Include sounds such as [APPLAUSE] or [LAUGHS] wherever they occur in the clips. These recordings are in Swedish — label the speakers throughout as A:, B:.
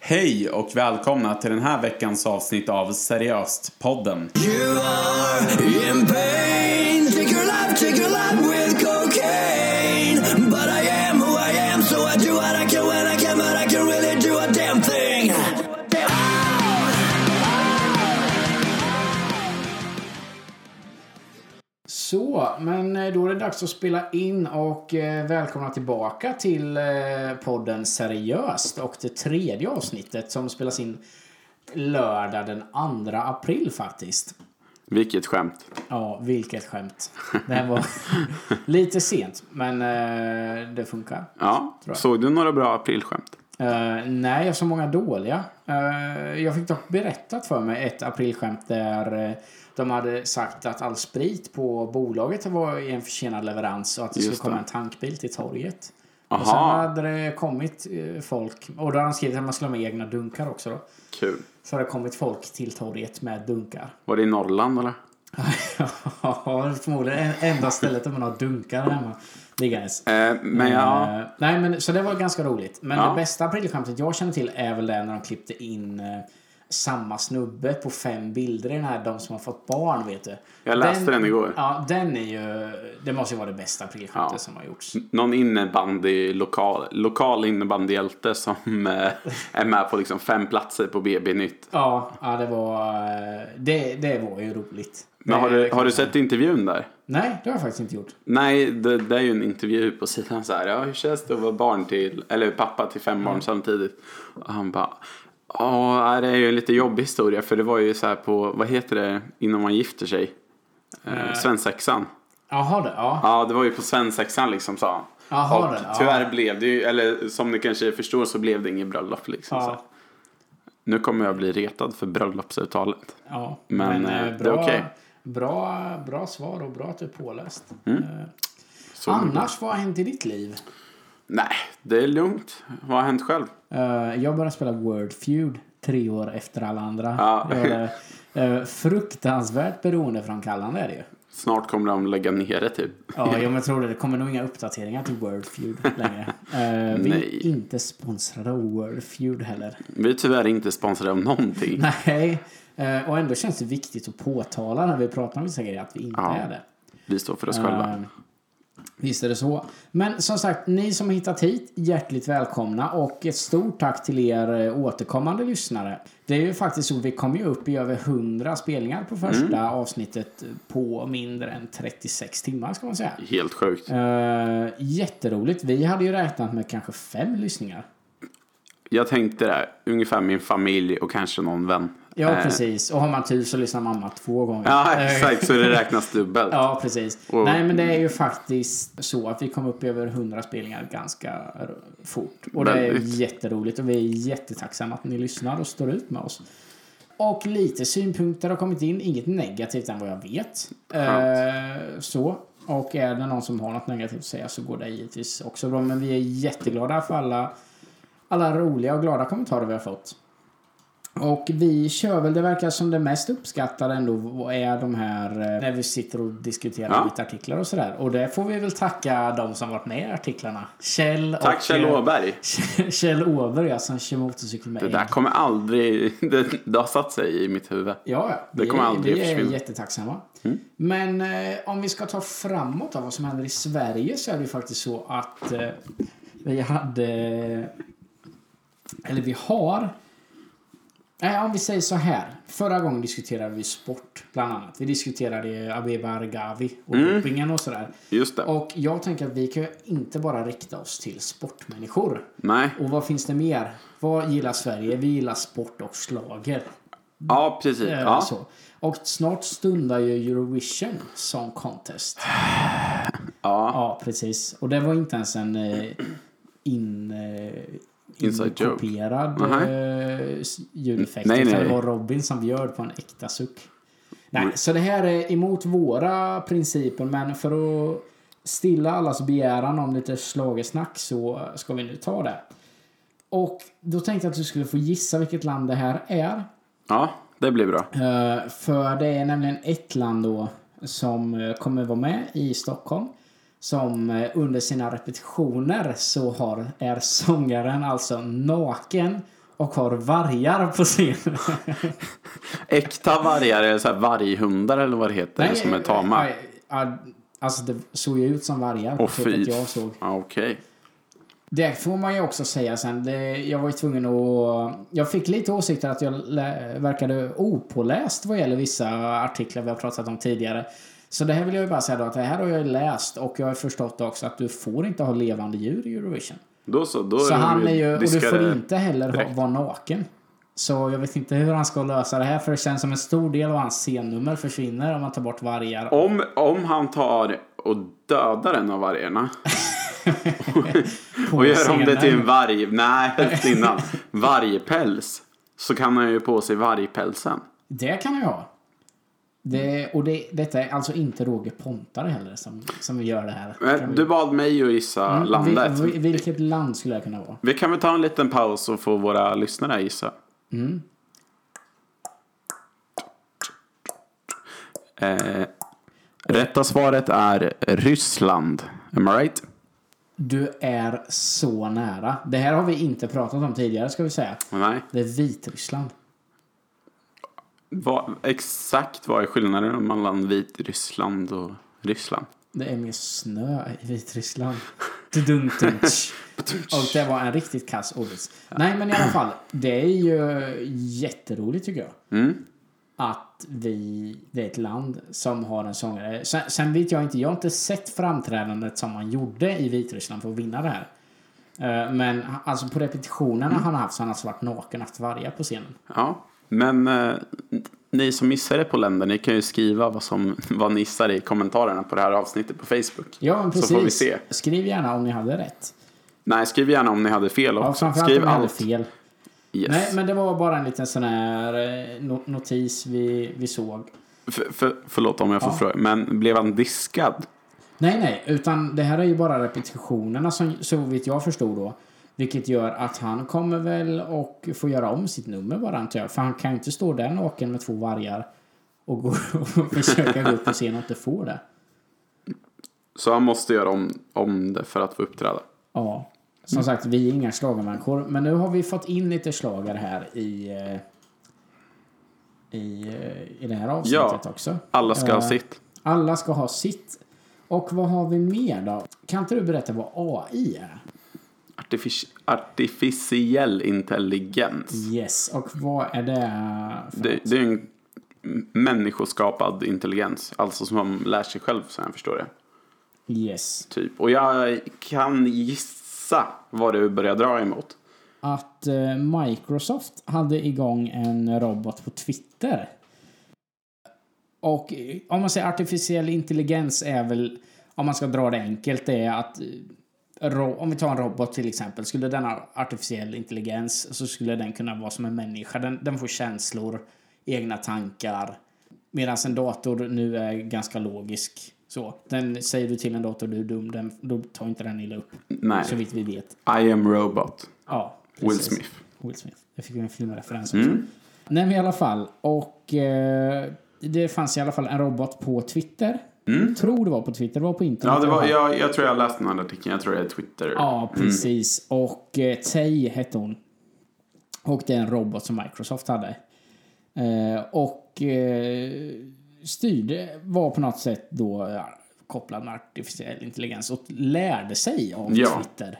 A: Hej och välkomna till den här veckans avsnitt av Seriöst-podden.
B: You are in pain. Take your life, take your life with cocaine. But I am who I am, so I do what I can when I can, but I can really do a damn thing.
C: Så, men eh, då är det dags att spela in och eh, välkomna tillbaka till eh, podden Seriöst och det tredje avsnittet som spelas in lördag den 2 april faktiskt.
A: Vilket skämt.
C: Ja, vilket skämt. Det här var lite sent, men eh, det funkar.
A: Ja,
C: Tror jag.
A: såg du några bra aprilskämt?
C: Eh, nej, jag har så många dåliga. Eh, jag fick dock berättat för mig ett aprilskämt där eh, de hade sagt att all sprit på bolaget var i en försenad leverans och att det
A: Just
C: skulle komma
A: det.
C: en tankbil till torget.
A: Aha.
C: Och sen hade det kommit eh, folk, och då hade de skrivit att man skulle ha med egna dunkar också då.
A: Kul.
C: Så hade det kommit folk till torget med dunkar. [LAUGHS]
A: Var det i Norrland eller?
C: Ja, förmodligen enda stället där man har dunkar hemma liggandes.
A: Eh, men ja,
C: Eh, nej, men, så det var ganska roligt. Men
A: Ja.
C: det bästa aprilskämtet jag känner till är väl det när de klippte in eh, samma snubbe på fem bilder i den här De som har fått barn, vet du.
A: Jag läste den igår.
C: Ja, den är ju... Det måste ju vara det bästa aprilskämtet
A: Ja.
C: som har gjorts.
A: någon innebandylokal, lokal innebandyhjälte som eh, är med på liksom fem platser på BB-nytt.
C: Ja, ja, det var... eh, Det, det var ju roligt.
A: Men har
C: Det-
A: du, har du sett intervjun där?
C: Nej, det har jag faktiskt inte gjort.
A: Nej, det, det är ju en intervju på sidan så här. Ja, hur känns det att vara barn till, eller pappa till fem
C: Mm.
A: barn samtidigt? Och han bara, ja, det är ju en lite jobbig historia för det var ju så här på, vad heter det, innan man gifter sig? Eh, svensexan.
C: Jaha, det. Ja.
A: Ja, det var ju på svensexan liksom sa han.
C: Jaha,
A: och
C: det, ja.
A: tyvärr blev det ju, eller som ni kanske förstår så blev det inget bröllop liksom. Så här.
C: Ja,
A: Nu kommer jag bli retad för bröllopsuttalet.
C: ja.
A: Men,
C: eh,
A: eh, det är okej.
C: Bra, bra svar och bra att du är påläst.
A: Mm.
C: Eh,
A: Så-
C: Annars, vad har hänt i ditt liv?
A: Nej, det är lugnt. Vad har hänt själv?
C: Eh, jag började spela Word Feud tre år efter alla andra.
A: Ja.
C: Det var, eh, fruktansvärt beroendeframkallande är det ju.
A: Snart kommer de lägga ner det typ.
C: Ja, jag men tror det. Det kommer nog inga uppdateringar till Word Feud längre. Eh, vi
A: Nej.
C: är inte sponsrade av Word Feud heller.
A: Vi är tyvärr inte sponsrade av någonting.
C: Nej, eh, och ändå känns det viktigt att påtala när vi pratar om vissa grejer att vi inte
A: Ja.
C: är det.
A: Vi står för oss
C: Eh,
A: själva.
C: Visst är det så. Men som sagt, ni som har hittat hit, hjärtligt välkomna och ett stort tack till er eh, återkommande lyssnare. Det är ju faktiskt så, vi kom ju upp i över 100 spelningar på första
A: Mm.
C: avsnittet på mindre än 36 timmar ska man säga.
A: Helt sjukt.
C: Uh, jätteroligt. Vi hade ju räknat med kanske fem lyssningar.
A: Jag tänkte det, här, ungefär min familj och kanske någon vän.
C: Ja,
A: Eh,
C: precis. Och har man tur så lyssnar mamma två gånger.
A: Ja,
C: Eh,
A: exakt. Så det räknas dubbelt.
C: Ja, precis.
A: Och-
C: Nej, men det är ju faktiskt så att vi kom upp i över 100 spelningar ganska r- fort. Och det är
A: Väldigt.
C: jätteroligt och vi är jättetacksamma att ni lyssnar och står ut med oss. Och lite synpunkter har kommit in, inget negativt än vad jag vet. Eh, så. Och är det någon som har något negativt att säga så går det givetvis också bra. Men vi är jätteglada för alla, alla roliga och glada kommentarer vi har fått. Och vi kör väl, det verkar som det mest uppskattade ändå är de här eh, när vi sitter och diskuterar
A: Ja.
C: lite artiklar och sådär. Och det får vi väl tacka de som varit med i artiklarna. Kjell
A: Tack
C: och...
A: Kjell
C: eh,
A: Åberg.
C: [LAUGHS] Kjell Åberg ja, som kör motorcykel med
A: Det där
C: ägg.
A: kommer aldrig... [LAUGHS] Det, det har satt sig i mitt huvud.
C: Ja, ja.
A: Det kommer
C: vi,
A: aldrig
C: vi är
A: försvinna. Mm.
C: jättetacksamma. Men eh, om vi ska ta framåt av vad som händer i Sverige så är det ju faktiskt så att eh, vi hade... Eller vi har... Nej, om vi säger så här. Förra gången diskuterade vi sport, bland annat. Vi diskuterade ju Abeba Argavi och
A: Mm.
C: dopingen och sådär.
A: Just det.
C: Och jag tänker att vi kan ju inte bara rikta oss till sportmänniskor.
A: Nej.
C: Och vad finns det mer? Vad gillar Sverige? Vi gillar sport och slager.
A: Ja, precis.
C: Eh,
A: Ja.
C: Så. Och snart stundar ju Eurovision Song Contest.
A: Ja.
C: Ja, precis. Och det var inte ens en eh, in... Eh,
A: Inside joke.
C: inkopierad
A: Aha.
C: eh, s- ljudeffekt.
A: Nej,
C: utan
A: nej. Mm.
C: Det var Robin som bjöd på en äkta suck. Nej, så det här är emot våra principer, men för att stilla allas begäran om lite slagesnack så ska vi nu ta det. Och då tänkte jag att du skulle få gissa vilket land det här är.
A: ja, det blir bra.
C: Eh, För det är nämligen ett land då som eh, kommer vara med i Stockholm. Som eh, under sina repetitioner så har, är sångaren alltså naken och har vargar på scenen.
A: Äkta vargar eller så här varghundar eller vad det heter som är tama.
C: nej, ja, Alltså det såg ju ut som vargar.
A: Åh
C: på klippet
A: fy.
C: jag såg.
A: Ja, Okej.
C: Det får man ju också säga sen. Det, jag var ju tvungen att... Jag fick lite åsikter att jag lä, verkade opåläst vad gäller vissa artiklar vi har pratat om tidigare. Så det här vill jag ju bara säga då att det här har jag ju läst och jag har förstått också att du får inte ha levande djur i Eurovision.
A: Då så. Då
C: Så
A: är de
C: han är ju, och du får
A: diskade.
C: inte heller ha,
A: direkt.
C: vara naken. Så jag vet inte hur han ska lösa det här för det känns som en stor del av hans scennummer försvinner om man tar bort vargar.
A: Om, om han tar och dödar en av
C: [LAUGHS]
A: vargarna
C: på
A: och gör om det
C: scenen.
A: till en varg,
C: [LAUGHS]
A: nej helst innan, vargpäls. Så kan han ju på sig vargpälsen.
C: Det kan han ju ha. Det, och det, detta är alltså inte Roger Pontare heller som, som gör det här. Kan
A: Men
C: vi-
A: Eh,
C: Mm,
A: Du bad mig att gissa landet.
C: Vil, vil, vilket land skulle det kunna vara?
A: Vi kan väl ta en liten paus och få våra lyssnare att gissa.
C: Mm.
A: Eh, rätta svaret är Ryssland. Am I right?
C: Du är så nära. Det här har vi inte pratat om tidigare ska vi säga.
A: Nej.
C: Det är Vitryssland.
A: Vad, exakt vad är skillnaden mellan Vitryssland och Ryssland?
C: Det är mer snö i Vitryssland. Tuduntunch. Och det var en riktigt kass ordvits. Nej, men i alla fall. Det är ju jätteroligt tycker jag.
A: Mm.
C: Att vi, det är ett land som har en sångare. Sen, sen vet jag inte, jag har inte sett framträdandet som han gjorde i Vitryssland för att vinna det här. Eh, Men ha- alltså på repetitionerna
A: Mm.
C: han har haft så har han alltså varit naken och haft vargar på scenen.
A: Ja, men eh, ni som missade på länder, ni kan ju skriva vad, som, vad ni gissade i kommentarerna på det här avsnittet på Facebook.
C: Ja, men precis.
A: Så får vi se.
C: Skriv gärna om ni hade rätt.
A: Nej, skriv gärna om ni hade fel
C: Ja,
A: också.
C: framförallt
A: skriv
C: om ni hade
A: allt.
C: fel.
A: Yes.
C: Nej, men det var bara en liten sån här eh, no- notis vi, vi såg.
A: För, för, förlåt om jag får fråga, men blev han diskad?
C: Nej, nej, utan det här är ju bara repetitionerna som, så vitt jag förstod då. Vilket gör att han kommer väl och får göra om sitt nummer bara antar jag. För han kan ju inte stå där naken med två vargar och, gå, [LAUGHS] och försöka gå upp på scen och inte få det.
A: Så han måste göra om, om det för att få uppträda.
C: Ja, som
A: Mm.
C: sagt, vi är inga schlagermänniskor. Men nu har vi fått in lite schlager här i, eh, i, eh, i det här avsnittet
A: Ja,
C: också.
A: Alla ska ha
C: Eh,
A: sitt.
C: Alla ska ha sitt. Och vad har vi mer då? Kan inte du berätta vad AI är?
A: Artific- artificiell intelligens.
C: Yes, och vad är det? För...
A: Det, det är en människoskapad intelligens. Alltså som man lär sig själv, så jag förstår det.
C: Yes.
A: Typ. Och jag kan gissa vad du börjar dra emot.
C: Att eh, Microsoft hade igång en robot på Twitter. Och eh, om man säger artificiell intelligens är väl, om man ska dra det enkelt, det är att eh, ro- om vi tar en robot till exempel, skulle den ha artificiell intelligens så skulle den kunna vara som en människa. Den, den får känslor, egna tankar. Medan en dator nu är ganska logisk. Så, den säger du till en dator du är dum, den, då tar inte den illa upp.
A: Nej.
C: Så vitt vi vet.
A: I am robot.
C: Ja,
A: Will
C: precis.
A: Smith. Mm.
C: Will Smith. Jag fick en filmreferens också. Nej, men i alla fall. Och eh, det fanns i alla fall en robot på Twitter. Jag tror det var på Twitter. Det var på internet.
A: Mm. Ja, det var,
C: i alla fall.
A: jag, jag tror jag läste den här artikeln. Jag tror det är Twitter. Mm.
C: Ja, precis. Och eh, Tay hette hon. Och det är en robot som Microsoft hade. Eh, och eh, styrde, var på något sätt då eh, kopplad med artificiell intelligens och lärde sig av
A: Ja.
C: Twitter.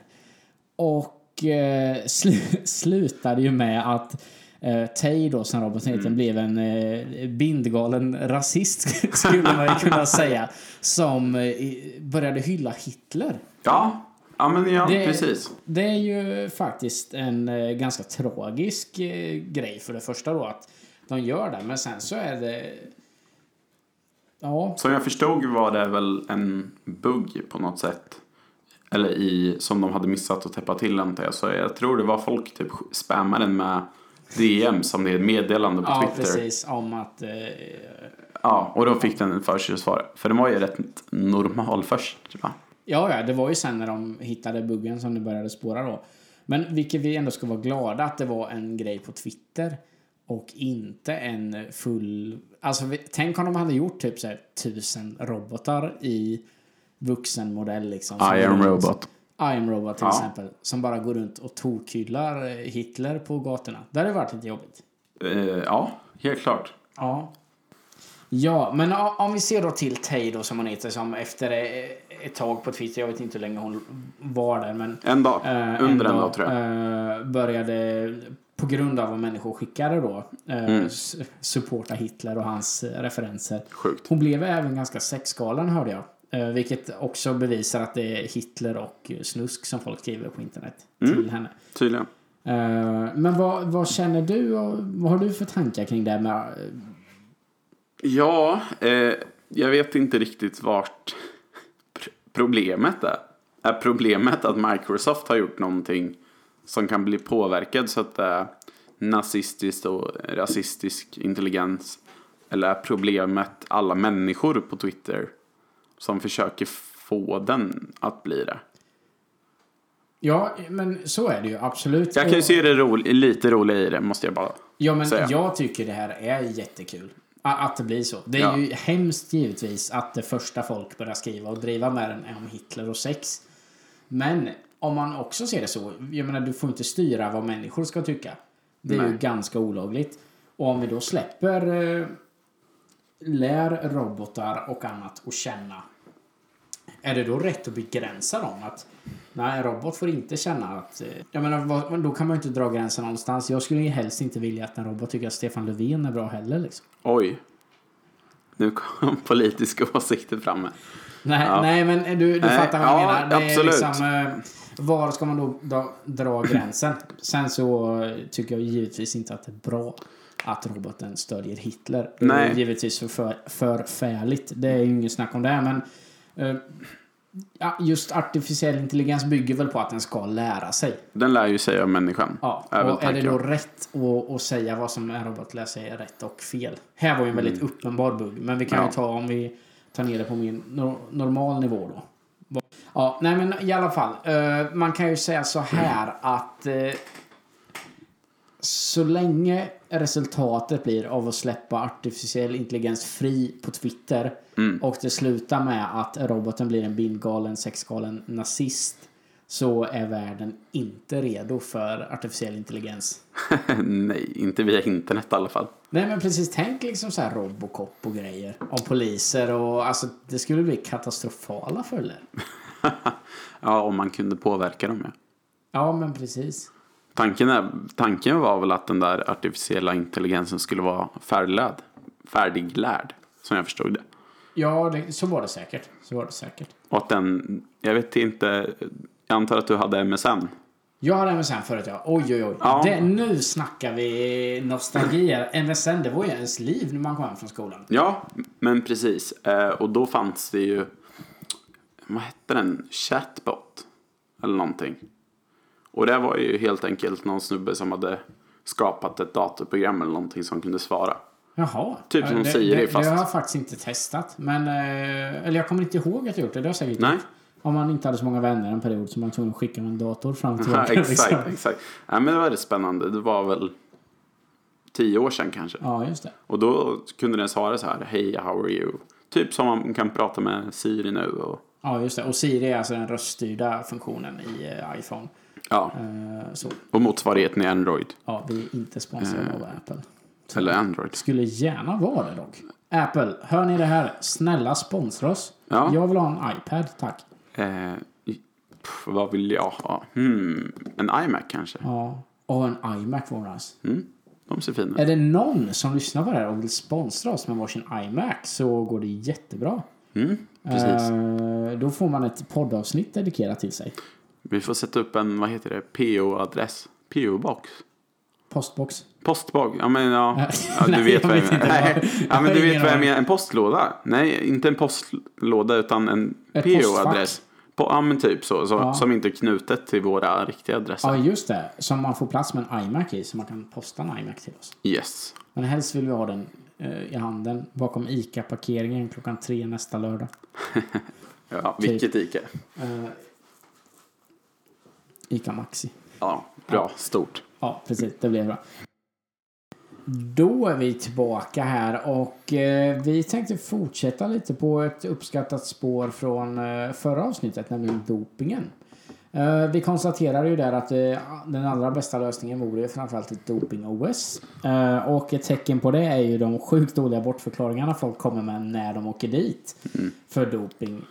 C: Och eh, slu- [LAUGHS] slutade ju med att eh, Tay då, som roboten heter, blev en eh, bindgalen rasist, [LAUGHS] skulle man ju kunna säga, som eh, i- började hylla Hitler.
A: Ja, ja men ja,
C: Det-
A: precis.
C: Det är ju faktiskt en eh, ganska tragisk eh, grej för det första då att de gör det, men sen så är det... Ja,
A: Som jag förstod var det väl en bugg på något sätt. Eller i, som de hade missat att täppa till antar jag. Så jag tror det var folk typ spammade den med DM som det är ett meddelande på
C: ja
A: Twitter.
C: precis. Om att... eh,
A: Ja, och då fick den för sig att svara. För den var ju rätt normal först va?
C: Ja, ja, det var ju sen när de hittade buggen som det började spåra då. Men vilket vi ändå ska vara glada att det var en grej på Twitter och inte en full... Alltså, vi- tänk om de hade gjort typ så här, tusen robotar i vuxenmodell liksom. som
A: I am
C: är-
A: robot.
C: I am Robot till
A: Ja.
C: exempel, som bara går runt och tokhyllar eh, Hitler på gatorna. Det hade varit lite jobbigt.
A: Eh, ja, helt klart.
C: Ja. Ja, men o- om vi ser då till Tay då som hon heter som efter eh, ett tag på Twitter, jag vet inte hur länge hon var där men
A: En dag.
C: eh,
A: Under
C: en
A: en dag tror jag.
C: eh, började på grund av vad människor skickade då eh,
A: Mm.
C: s- supporta Hitler och hans eh, referenser.
A: Sjukt.
C: Hon blev även ganska sexgalen hörde jag. Eh, vilket också bevisar att det är Hitler och eh, snusk som folk skriver på internet
A: Mm.
C: till henne.
A: Tydligen.
C: Eh, men vad, vad känner du och vad har du för tankar kring det här med eh,
A: Ja, eh, jag vet inte riktigt vart pr- problemet är. Är problemet att Microsoft har gjort någonting som kan bli påverkad så att det är nazistiskt och rasistisk intelligens? Eller är problemet alla människor på Twitter som försöker få den att bli det?
C: Ja, men så är det ju absolut.
A: Jag kan ju
C: Och-
A: se det rol- lite roligt i det, måste jag bara.
C: ja, men
A: säga.
C: jag tycker det här är jättekul. A- Att det blir så. Det är
A: Ja.
C: ju hemskt givetvis att det första folk börjar skriva och driva med den är om Hitler och sex. Men om man också ser det så, jag menar du får inte styra vad människor ska tycka. Det är ju
A: Nej.
C: ganska olagligt. Och om vi då släpper eh, lär robotar och annat att känna. Är det då rätt att begränsa dem? Att nej, en robot får inte känna att... eh, Jag menar, vad, då kan man ju inte dra gränsen någonstans. Jag skulle ju helst inte vilja att en robot tycker att Stefan Löfven är bra heller liksom.
A: Oj. Nu kom [LAUGHS] politiska åsikter framme.
C: Nej,
A: Ja.
C: nej men du, du
A: Nej,
C: fattar vad jag
A: ja,
C: menar. Det
A: absolut.
C: Är liksom, eh, var ska man då dra, dra gränsen? Sen så eh, tycker jag givetvis inte att det är bra att roboten stödjer Hitler. Det är
A: Nej.
C: givetvis för, för, förfärligt. Det är ju inget snack om det. Men eh, ja, just artificiell intelligens bygger väl på att den ska lära sig.
A: Den lär ju sig av människan.
C: Ja,
A: väl
C: och är det
A: tanken.
C: då rätt att, att säga vad som en robot lär sig är rätt och fel? Här var ju en väldigt uppenbar bugg, men vi kan ju
A: Ja.
C: ta om vi tar ner det på min nor- normal nivå då. Ja, nej men i alla fall. eh, man kan ju säga så här att eh, så länge resultatet blir av att släppa artificiell intelligens fri på Twitter och det slutar med att roboten blir en bindgalen, sexgalen nazist så är världen inte redo för artificiell intelligens.
A: [LAUGHS] Nej, inte via internet i alla fall.
C: Nej men precis, tänk liksom så här Robocop och grejer. Om poliser och alltså det skulle bli katastrofala följder.
A: Ja, om man kunde påverka dem ja.
C: Ja men precis.
A: Tanken, är, tanken var väl att den där artificiella intelligensen skulle vara färdiglärd. Färdiglärd, som jag förstod det.
C: Ja, det, så var det säkert. Så var det säkert.
A: Och att den, jag vet inte, jag antar att du hade MSN.
C: Jag hade MSN förut ja. Oj oj oj.
A: Ja.
C: Det, nu snackar vi nostalgi. här. MSN det var ju ens liv när man kom hem från skolan.
A: Ja, men precis. Eh, och då fanns det ju, vad hette den, chatbot? Eller någonting. Och det var ju helt enkelt någon snubbe som hade skapat ett datorprogram eller någonting som kunde svara.
C: Jaha.
A: Typ som
C: det,
A: Siri,
C: det,
A: fast-
C: Det har jag faktiskt inte testat. Men, eh, eller jag kommer inte ihåg att jag gjort det. Det har jag säkert
A: Nej.
C: gjort. Om man inte hade så många vänner en period så man var tvungen att skicka med en dator fram till
A: Ja,
C: varandra, [LAUGHS]
A: [LAUGHS]
C: liksom.
A: exakt, exakt. Ja, men det var rätt spännande. Det var väl tio år sedan kanske.
C: Ja, just det.
A: Och då kunde den svara så här, hej, how are you? Typ som man kan prata med Siri nu och
C: Ja, just det. Och Siri är alltså den röststyrda funktionen i eh, iPhone.
A: ja,
C: Eh, så.
A: och motsvarigheten i Android.
C: Ja, vi är inte sponsrade
A: Eh.
C: av Apple.
A: Eller Android.
C: Skulle gärna vara det dock. Apple, hör ni det här? Snälla sponsra oss.
A: Ja.
C: Jag vill ha en iPad, tack.
A: Eh, i- pff, vad vill jag ha? Hmm, en iMac kanske?
C: Ja. Och en iMac vore nice.
A: Mm. De ser fina
C: Är
A: ut.
C: det någon som lyssnar på det här och vill sponsra oss med varsin iMac så går det jättebra.
A: Mm, precis.
C: Eh, då får man ett poddavsnitt dedikerat till sig.
A: Vi får sätta upp en, vad heter det, PO-adress. PO-box.
C: Postbox.
A: Postbag, ja men
C: [LAUGHS]
A: ja. ja
C: Nej,
A: du vet
C: jag
A: vad jag
C: vet
A: menar.
C: inte vad-
A: Nej, [LAUGHS] ja,
C: jag har
A: men du
C: ingen
A: vet vad jag
C: aning.
A: menar. En postlåda? Nej, inte en postlåda utan en
C: Ett
A: PO-adress. Po ja men typ så, så som inte är knutet till våra riktiga adresser.
C: Ja, just det. Som man får plats med en iMac i så man kan posta en iMac till oss.
A: Yes.
C: Men helst vill vi ha den eh, i handen bakom ICA-parkeringen klockan tre nästa lördag.
A: Ja,
C: Typ.
A: vilket Ica.
C: ICA Maxi.
A: Ja, bra, stort.
C: Ja, precis. Det blev bra. Då är vi tillbaka här och eh, vi tänkte fortsätta lite på ett uppskattat spår från eh, förra avsnittet, nämligen dopingen. Eh, Vi konstaterar ju där att eh, den allra bästa lösningen vore ju framförallt ett doping-OS. Eh, Och ett tecken på det är ju de sjukt dåliga bortförklaringarna folk kommer med när de åker dit för doping.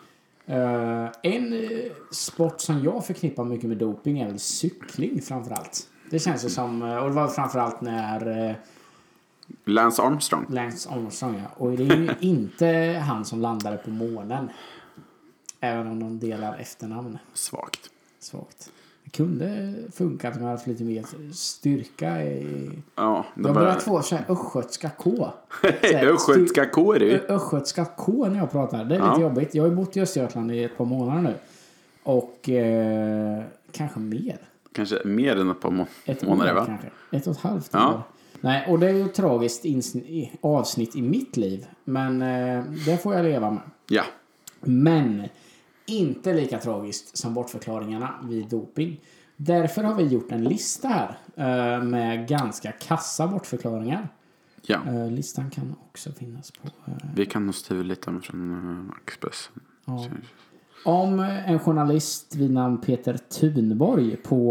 C: Eh, En eh, sport som jag förknippar mycket med doping är väl cykling framförallt. Det känns ju som, eh, och det var framförallt när eh,
A: Lance Armstrong.
C: Lance Armstrong ja. Och det är ju inte han som landade på månen. Även om de delar efternamn.
A: Svagt.
C: Svagt. Det kunde funka om jag haft lite mer styrka i...
A: Ja, då
C: Jag börjar
A: [LAUGHS]
C: få såhär östgötska K.
A: Hej, Östgötska K är det ju.
C: Ö- Östgötska K när jag pratar. Det är
A: Ja.
C: lite jobbigt. Jag har ju bott i Östergötland i ett par månader nu. Och eh, kanske mer.
A: Kanske mer än ett par må-
C: Ett
A: månader
C: år
A: va?
C: kanske. Ett och ett halvt
A: Ja.
C: år. Nej, och det är ju ett tragiskt insn- i- avsnitt i mitt liv. Men eh, det får jag leva med.
A: Ja.
C: Men inte lika tragiskt som bortförklaringarna vid doping. Därför har vi gjort en lista här eh, med ganska kassa bortförklaringar.
A: ja.
C: Eh, Listan kan också finnas på... eh,
A: Vi kan nog stula lite om från eh, Expressen.
C: Ja. Om en journalist vid namn Peter Thunborg på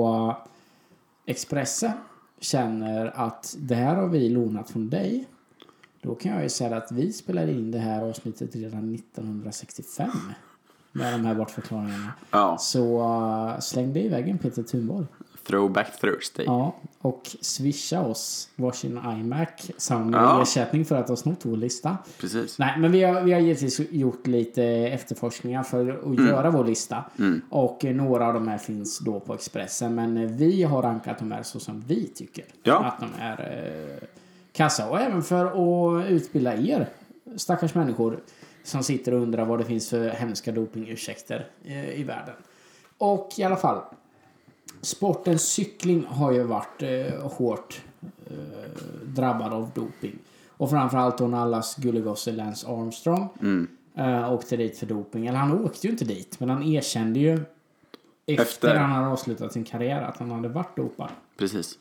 C: Expressen känner att det här har vi lånat från dig. Då kan jag ju säga att vi spelade in det här avsnittet redan 1965. Med de här bortförklaringarna.
A: Ja.
C: Så eh, släng dig i väggen Peter Thunborg.
A: Throwback Thursday.
C: Ja, och swisha oss varsin iMac som
A: Ja.
C: ersättning för att ha snott vår lista.
A: Precis.
C: Nej, men vi har, vi har givetvis gjort lite efterforskningar för att
A: Mm.
C: göra vår lista. Och eh, några av de här finns då på Expressen. Men eh, vi har rankat de här så som vi tycker
A: Ja.
C: att de är eh, kassa. Och även för att utbilda er, stackars människor, som sitter och undrar vad det finns för hemska dopingursäkter eh, i världen. Och i alla fall, sporten cykling har ju varit eh, hårt eh, drabbad av doping. Och framförallt då när allas gullegosse Lance Armstrong
A: Mm.
C: eh, åkte dit för doping. Eller han åkte ju inte dit, men han erkände ju efter,
A: Efter.
C: han hade avslutat sin karriär att han hade varit dopad.
A: Precis.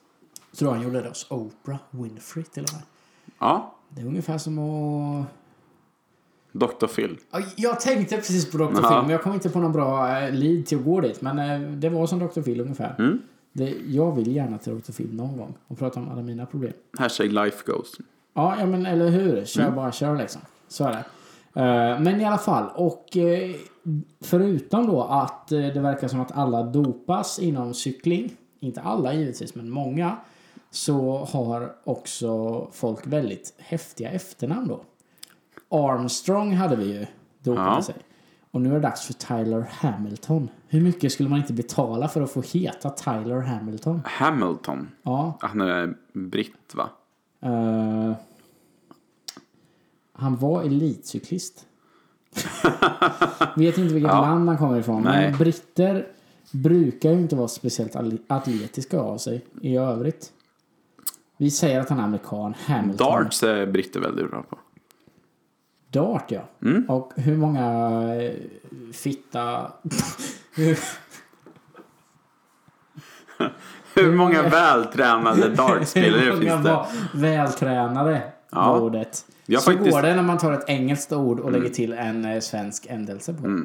C: Tror han gjorde det hos Oprah Winfrey till och med.
A: Ja.
C: Det är ungefär som att...
A: Dr. Phil.
C: Ja, Jag tänkte precis på Dr.
A: Ja.
C: Phil, men jag kom inte på någon bra eh, lead till att gå dit. Men eh, det var som Dr. Phil ungefär.
A: Mm.
C: Det, jag vill gärna till Dr. Phil någon gång och prata om alla mina problem.
A: Hashtag life goes.
C: Ja, ja men eller hur? Kör bara kör liksom. Så är det. Eh, Men i alla fall, och eh, förutom då att eh, det verkar som att alla dopas inom cykling, inte alla givetvis, men många, så har också folk väldigt häftiga efternamn då. Armstrong hade vi ju dopat
A: Ja.
C: sig. Och nu är det dags för Tyler Hamilton. Hur mycket skulle man inte betala för att få heta Tyler Hamilton?
A: Hamilton. Ah,
C: Ja,
A: Han är britt va?
C: Eh, han var elitcyklist. Vet inte
A: [LAUGHS]
C: vilket land han kommer ifrån.
A: Nej.
C: Men britter brukar ju inte vara speciellt al- atletiska av sig i övrigt. Vi säger att han är amerikan. Hamilton.
A: Darts är britter väldigt bra på.
C: Dart, ja.
A: Mm.
C: Och hur många eh,
A: [LAUGHS]
C: fitta... hur,
A: Hur
C: [LAUGHS]
A: många vältränade dartspelare
C: hur
A: finns
C: många
A: det?
C: var vältränade
A: Ja.
C: var ordet.
A: Jag
C: Så
A: faktiskt- Mm.
C: går det när man tar ett engelskt ord och lägger till en eh, svensk ändelse på det.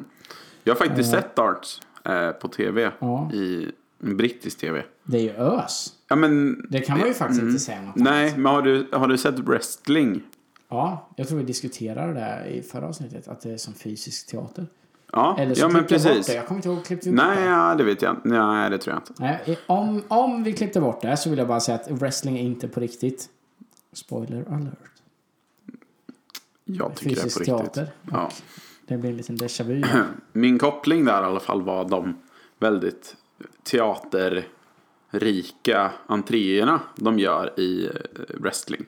A: Jag har faktiskt sett darts eh, på tv.
C: Ja.
A: I brittisk tv.
C: Det är ju ös.
A: Ja men.
C: Det kan man ju faktiskt inte säga något om.
A: mm. Nej, men har du, har du sett wrestling?
C: Ja, jag tror vi diskuterade det här i förra avsnittet, att det är som fysisk teater.
A: Ja,
C: Eller så
A: ja men
C: klippte jag bort
A: precis.
C: det. Jag kommer inte ihåg, klippte vi bort
A: Nej,
C: det?
A: ja, det vet jag inte. Nej, det tror jag inte.
C: Nej, i- om, om vi klippte bort det så vill jag bara säga att wrestling är inte på riktigt. Spoiler alert.
A: Jag tycker
C: Fysisk
A: det är på riktigt.
C: teater.
A: Ja.
C: Det blir en liten
A: [CLEARS THROAT]
C: déjà vu.
A: Min koppling där i alla fall var de väldigt teaterrika entréerna de gör i eh, wrestling.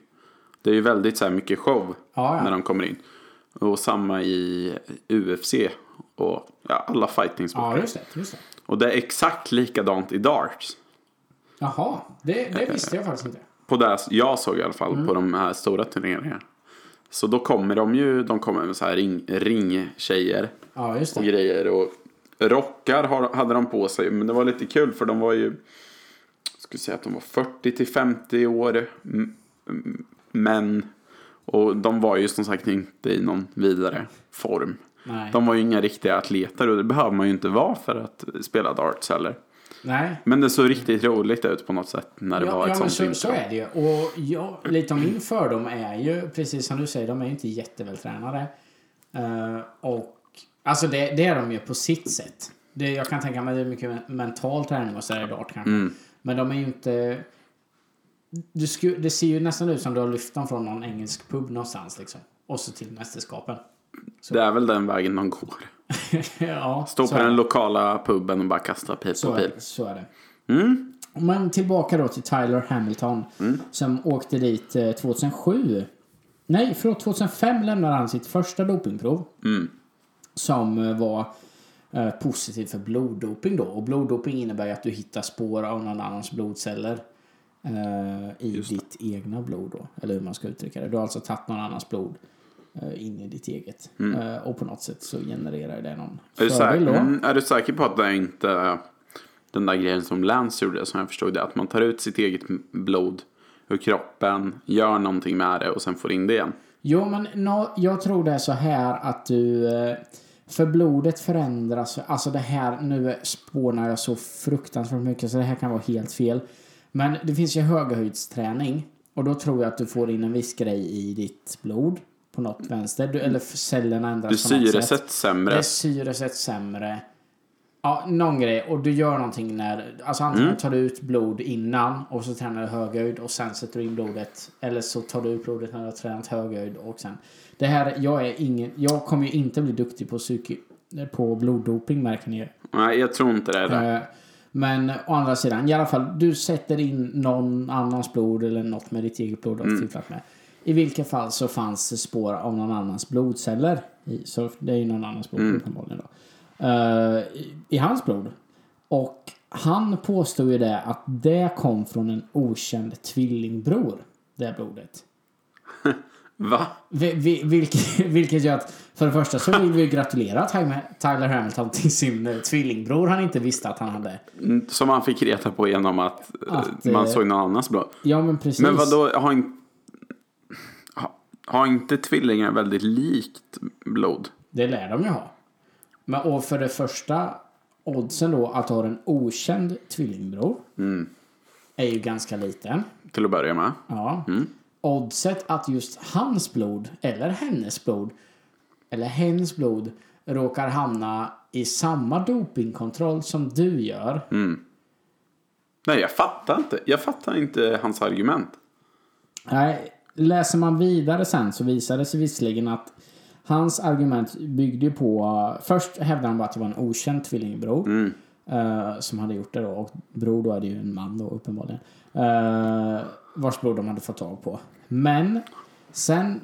A: Det är ju väldigt så här mycket show
C: Ja, ja.
A: när de kommer in. Och samma i UFC och ja, alla fightingsporter.
C: ja, just det. Just det.
A: Och det är exakt likadant i darts.
C: Jaha, det, det visste jag faktiskt inte.
A: På det jag såg i alla fall
C: Mm.
A: på de här stora turneringarna. Så då kommer de ju, de kommer med så här ring, ringtjejer.
C: Ja, just
A: och
C: det.
A: grejer. Och rockar har- hade de på sig. Men det var lite kul för de var ju. Jag skulle säga att de var 40 till 50 år. m- m- Män. Och de var ju som sagt inte i någon vidare form.
C: Nej.
A: De var ju inga riktiga atleter och det behöver man ju inte vara för att spela darts heller.
C: Nej.
A: Men det såg riktigt roligt ut på något sätt när det var ett
C: men
A: sånt
C: så,
A: intro.
C: så är det ju. Och ja, lite av min fördom är ju, precis som du säger, de är ju inte jättevältränade. Eh, och alltså det, det är de ju på sitt sätt. Det, jag kan tänka mig det är mycket men- mental träning och sådär i dart kanske.
A: Mm.
C: Men de är ju inte... Du sku, det ser ju nästan ut som du har lyft dem från någon engelsk pub någonstans liksom. Och så till mästerskapen. [LAUGHS]
A: Det är väl den vägen de går.
C: ja,
A: Stå
C: så
A: på
C: är
A: den
C: det.
A: lokala puben och bara kasta pil
C: Så
A: på
C: är,
A: pil.
C: det, så är det.
A: Mm.
C: Men tillbaka då till Tyler Hamilton som åkte dit eh, 2007. Nej, förlåt. 2005 lämnade han sitt första dopingprov.
A: Mm.
C: Som eh, var eh, positivt för bloddoping då. Och bloddoping innebär ju att du hittar spår av någon annans blodceller. eh, I ditt egna blod då. Eller hur man ska uttrycka det. Du har alltså tagit någon annans blod eh, in i ditt eget. Eh, och på något sätt så genererar det någon
A: Mm. Är du,
C: fördel
A: säker,
C: då.
A: mm, är du säker på att det är inte den där grejen som Lance gjorde som jag förstod det? Att man tar ut sitt eget blod ur kroppen, gör någonting med det och sen får in det igen.
C: Jo, men nå- jag tror det är så här att du... eh, För blodet förändras. Alltså det här, nu spånar jag så fruktansvärt mycket så det här kan vara helt fel. Men det finns ju höghöjdsträning. Och då tror jag att du får in en viss grej i ditt blod. På något vänster. Du, eller cellerna ändras
A: Du
C: på något sätt.
A: syresätts sämre.
C: Det syresätts sämre. Ja, någon grej. Och du gör någonting när... Alltså antingen tar du ut blod innan och så tränar du höghöjd och sen sätter du in blodet. Eller så tar du ut blodet när du har tränat höghöjd och sen... Det här, jag är ingen... Jag kommer ju inte bli duktig på psyki... På bloddoping märker ni ju.
A: Nej, jag tror inte det är det.
C: Eh, Men å andra sidan, i alla fall, du sätter in någon annans blod eller något med ditt eget blod du har fifflat med. I vilka fall så fanns det spår av någon annans blodceller. I, så det är ju någon annans blod uppenbarligen då. Eh, i, I hans blod. Och han påstod ju det att det kom från en okänd tvillingbror. Det blodet.
A: Va?
C: Vi, vi, vilket, [LAUGHS] vilket gör att för det första så vill vi ju gratulera Tyler Tyler Hamilton till sin eh, tvillingbror han inte visste att han hade.
A: Mm, Som han fick reta på genom att, eh,
C: Att, eh,
A: man såg någon annans blod.
C: Ja men precis.
A: Men vad då har, in... ha- har inte tvillingar väldigt likt blod?
C: Det lär de ju ha. Men och för det första, oddsen då att ha en okänd tvillingbror är ju ganska liten.
A: Till att börja med.
C: Ja. Oddset att just hans blod, eller hennes blod, eller hens blod råkar hamna i samma dopingkontroll som du gör.
A: Nej, jag fattar inte. Jag fattar inte hans argument.
C: Nej, läser man vidare sen så visar det sig visserligen att hans argument byggde ju på... Först hävdade han bara att det var en okänd tvillingbror. eh, som hade gjort det då. Och bror då hade ju en man då uppenbarligen. Uh, vars bror de hade fått tag på. Men sen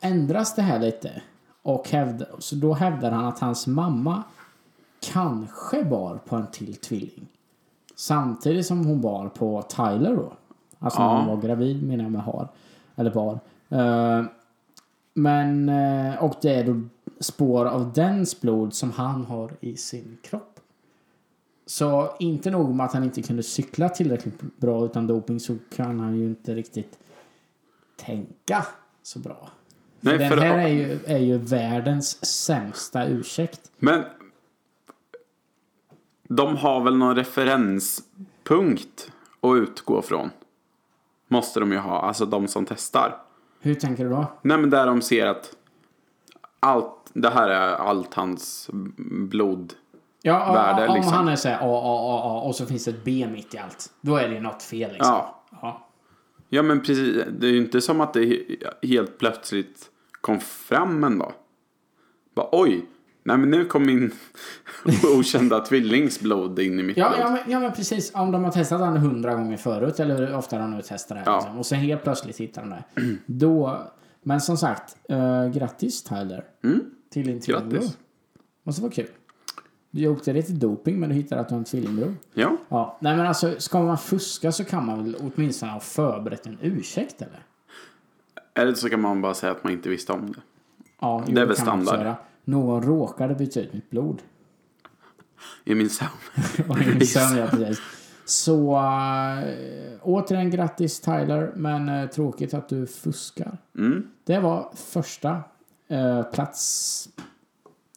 C: ändras det här lite. Och hävd, så då hävdar han att hans mamma kanske bar på en till tvilling. Samtidigt som hon bar på Tyler då. Alltså när hon var gravid menar jag med har. Eller bar. Eh, men, eh, och det är då spår av dens blod som han har i sin kropp. Så inte nog med att han inte kunde cykla tillräckligt bra utan doping så kan han ju inte riktigt tänka så bra.
A: Nej,
C: Den
A: för-
C: här är ju, är ju världens sämsta ursäkt.
A: Men de har väl någon referenspunkt att utgå från? Måste de ju ha, alltså de som testar.
C: Hur tänker du då?
A: Nej men där de ser att allt, det här är allt hans blod.
C: Ja, om-
A: Värde,
C: om
A: liksom.
C: han är såhär A, A, A, A och så finns det ett B mitt i allt. Då är det ju något fel liksom.
A: Ja.
C: Ja.
A: Ja men precis, det är ju inte som att det he- helt plötsligt kom fram en dag. Bara oj, nej men nu kom min [LAUGHS] okända tvillings blod in i mitt
C: Ja,
A: blod.
C: ja, men, ja men precis. Om de har testat den hundra gånger förut eller hur ofta de nu testar det. här,
A: Ja.
C: Liksom. Och sen helt plötsligt hittar de det. [CLEARS THROAT] Då, men som sagt, eh, grattis Tyler. Till din tvillingbror.
A: Mm. Grattis.
C: Måste vara kul. Du åkte lite doping men du hittade att du har en tvillingbror.
A: ja.
C: Ja, nej men alltså ska man fuska så kan man väl åtminstone ha förberett en ursäkt eller?
A: Eller så kan man bara säga att man inte visste om det.
C: Ja, jo,
A: Det är väl
C: kan man också
A: standard.
C: göra. Någon råkade byta ut mitt blod.
A: I min sömn.
C: Och min sömn, ja, precis. Så äh, återigen grattis Tyler, men eh,
A: Mm.
C: tråkigt att du fuskar. Det var första eh, plats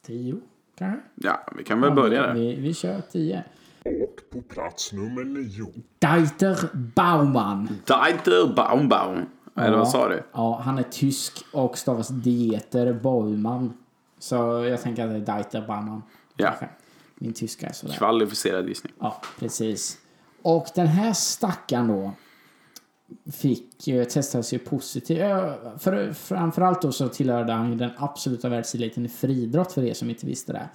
C: Tio, kanske?
A: [LAUGHS] Ja, vi kan väl börja där.
C: Vi, vi kör tio.
D: Och på plats nummer nio.
C: Deiter Baumann.
A: Dieter Baumbaum. Eller vad
C: Ja.
A: sa du?
C: Ja, han är tysk och stavas Dieter Baumann. Så jag tänker att det är Deiter Baumann.
A: Ja.
C: Kanske. Min tyska är sådär.
A: Kvalificerad gissning.
C: Ja, precis. Och den här stackaren då fick ju testas ju positiv. eh, För, framförallt då så tillhörde han ju den absoluta världseliten i friidrott för er som inte visste det.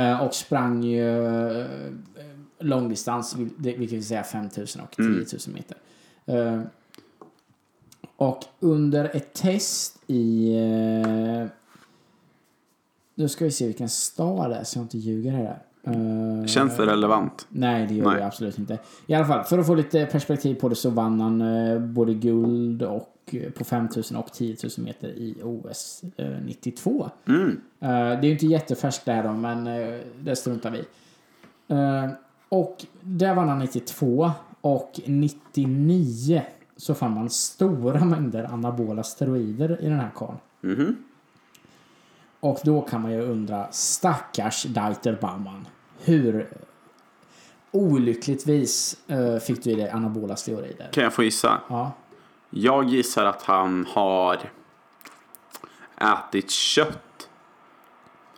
C: Eh, Och sprang ju eh, långdistans, vil- det- vilket vill säga 5000 och 10 000 meter. Eh, Och under ett test i... eh, Nu ska vi se vilken stad det är så jag inte ljuger här. Eh,
A: Känns det relevant?
C: Nej, det gör
A: Nej.
C: det absolut inte. I alla fall, för att få lite perspektiv på det så vann han eh, både guld och eh, på 5000 och 10 000 meter i OS eh, 92. Eh, det är ju inte jättefärskt där då, men eh, det struntar vi i. Eh, och där vann han 92 och 99 så fann man stora mängder anabola steroider i den här karln. Och då kan man ju undra, stackars Deiter Baumann. Hur olyckligtvis eh, fick du i dig anabola steroider?
A: Kan jag få gissa?
C: Ja.
A: Jag gissar att han har ätit kött.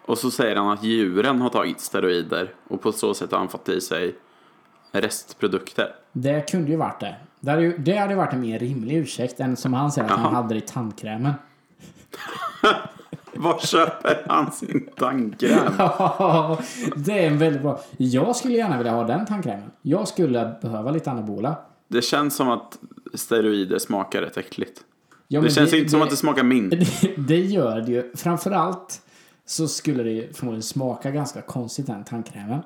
A: Och så säger han att djuren har tagit steroider och på så sätt har han fått i sig restprodukter.
C: Det kunde ju varit det. Det hade, ju, det hade varit en mer rimlig ursäkt än som han säger att han
A: Jaha.
C: hade det i tandkrämen. [LAUGHS]
A: Var köper han sin tandkräm?
C: det är en väldigt bra. Jag skulle gärna vilja ha den tandkrämen. Jag skulle behöva lite anabola.
A: Det känns som att steroider smakar rätt äckligt.
C: Ja,
A: Det
C: men
A: känns inte som att det smakar mint.
C: det, det gör det ju. Framförallt så skulle det ju förmodligen smaka ganska konstigt den tandkrämen.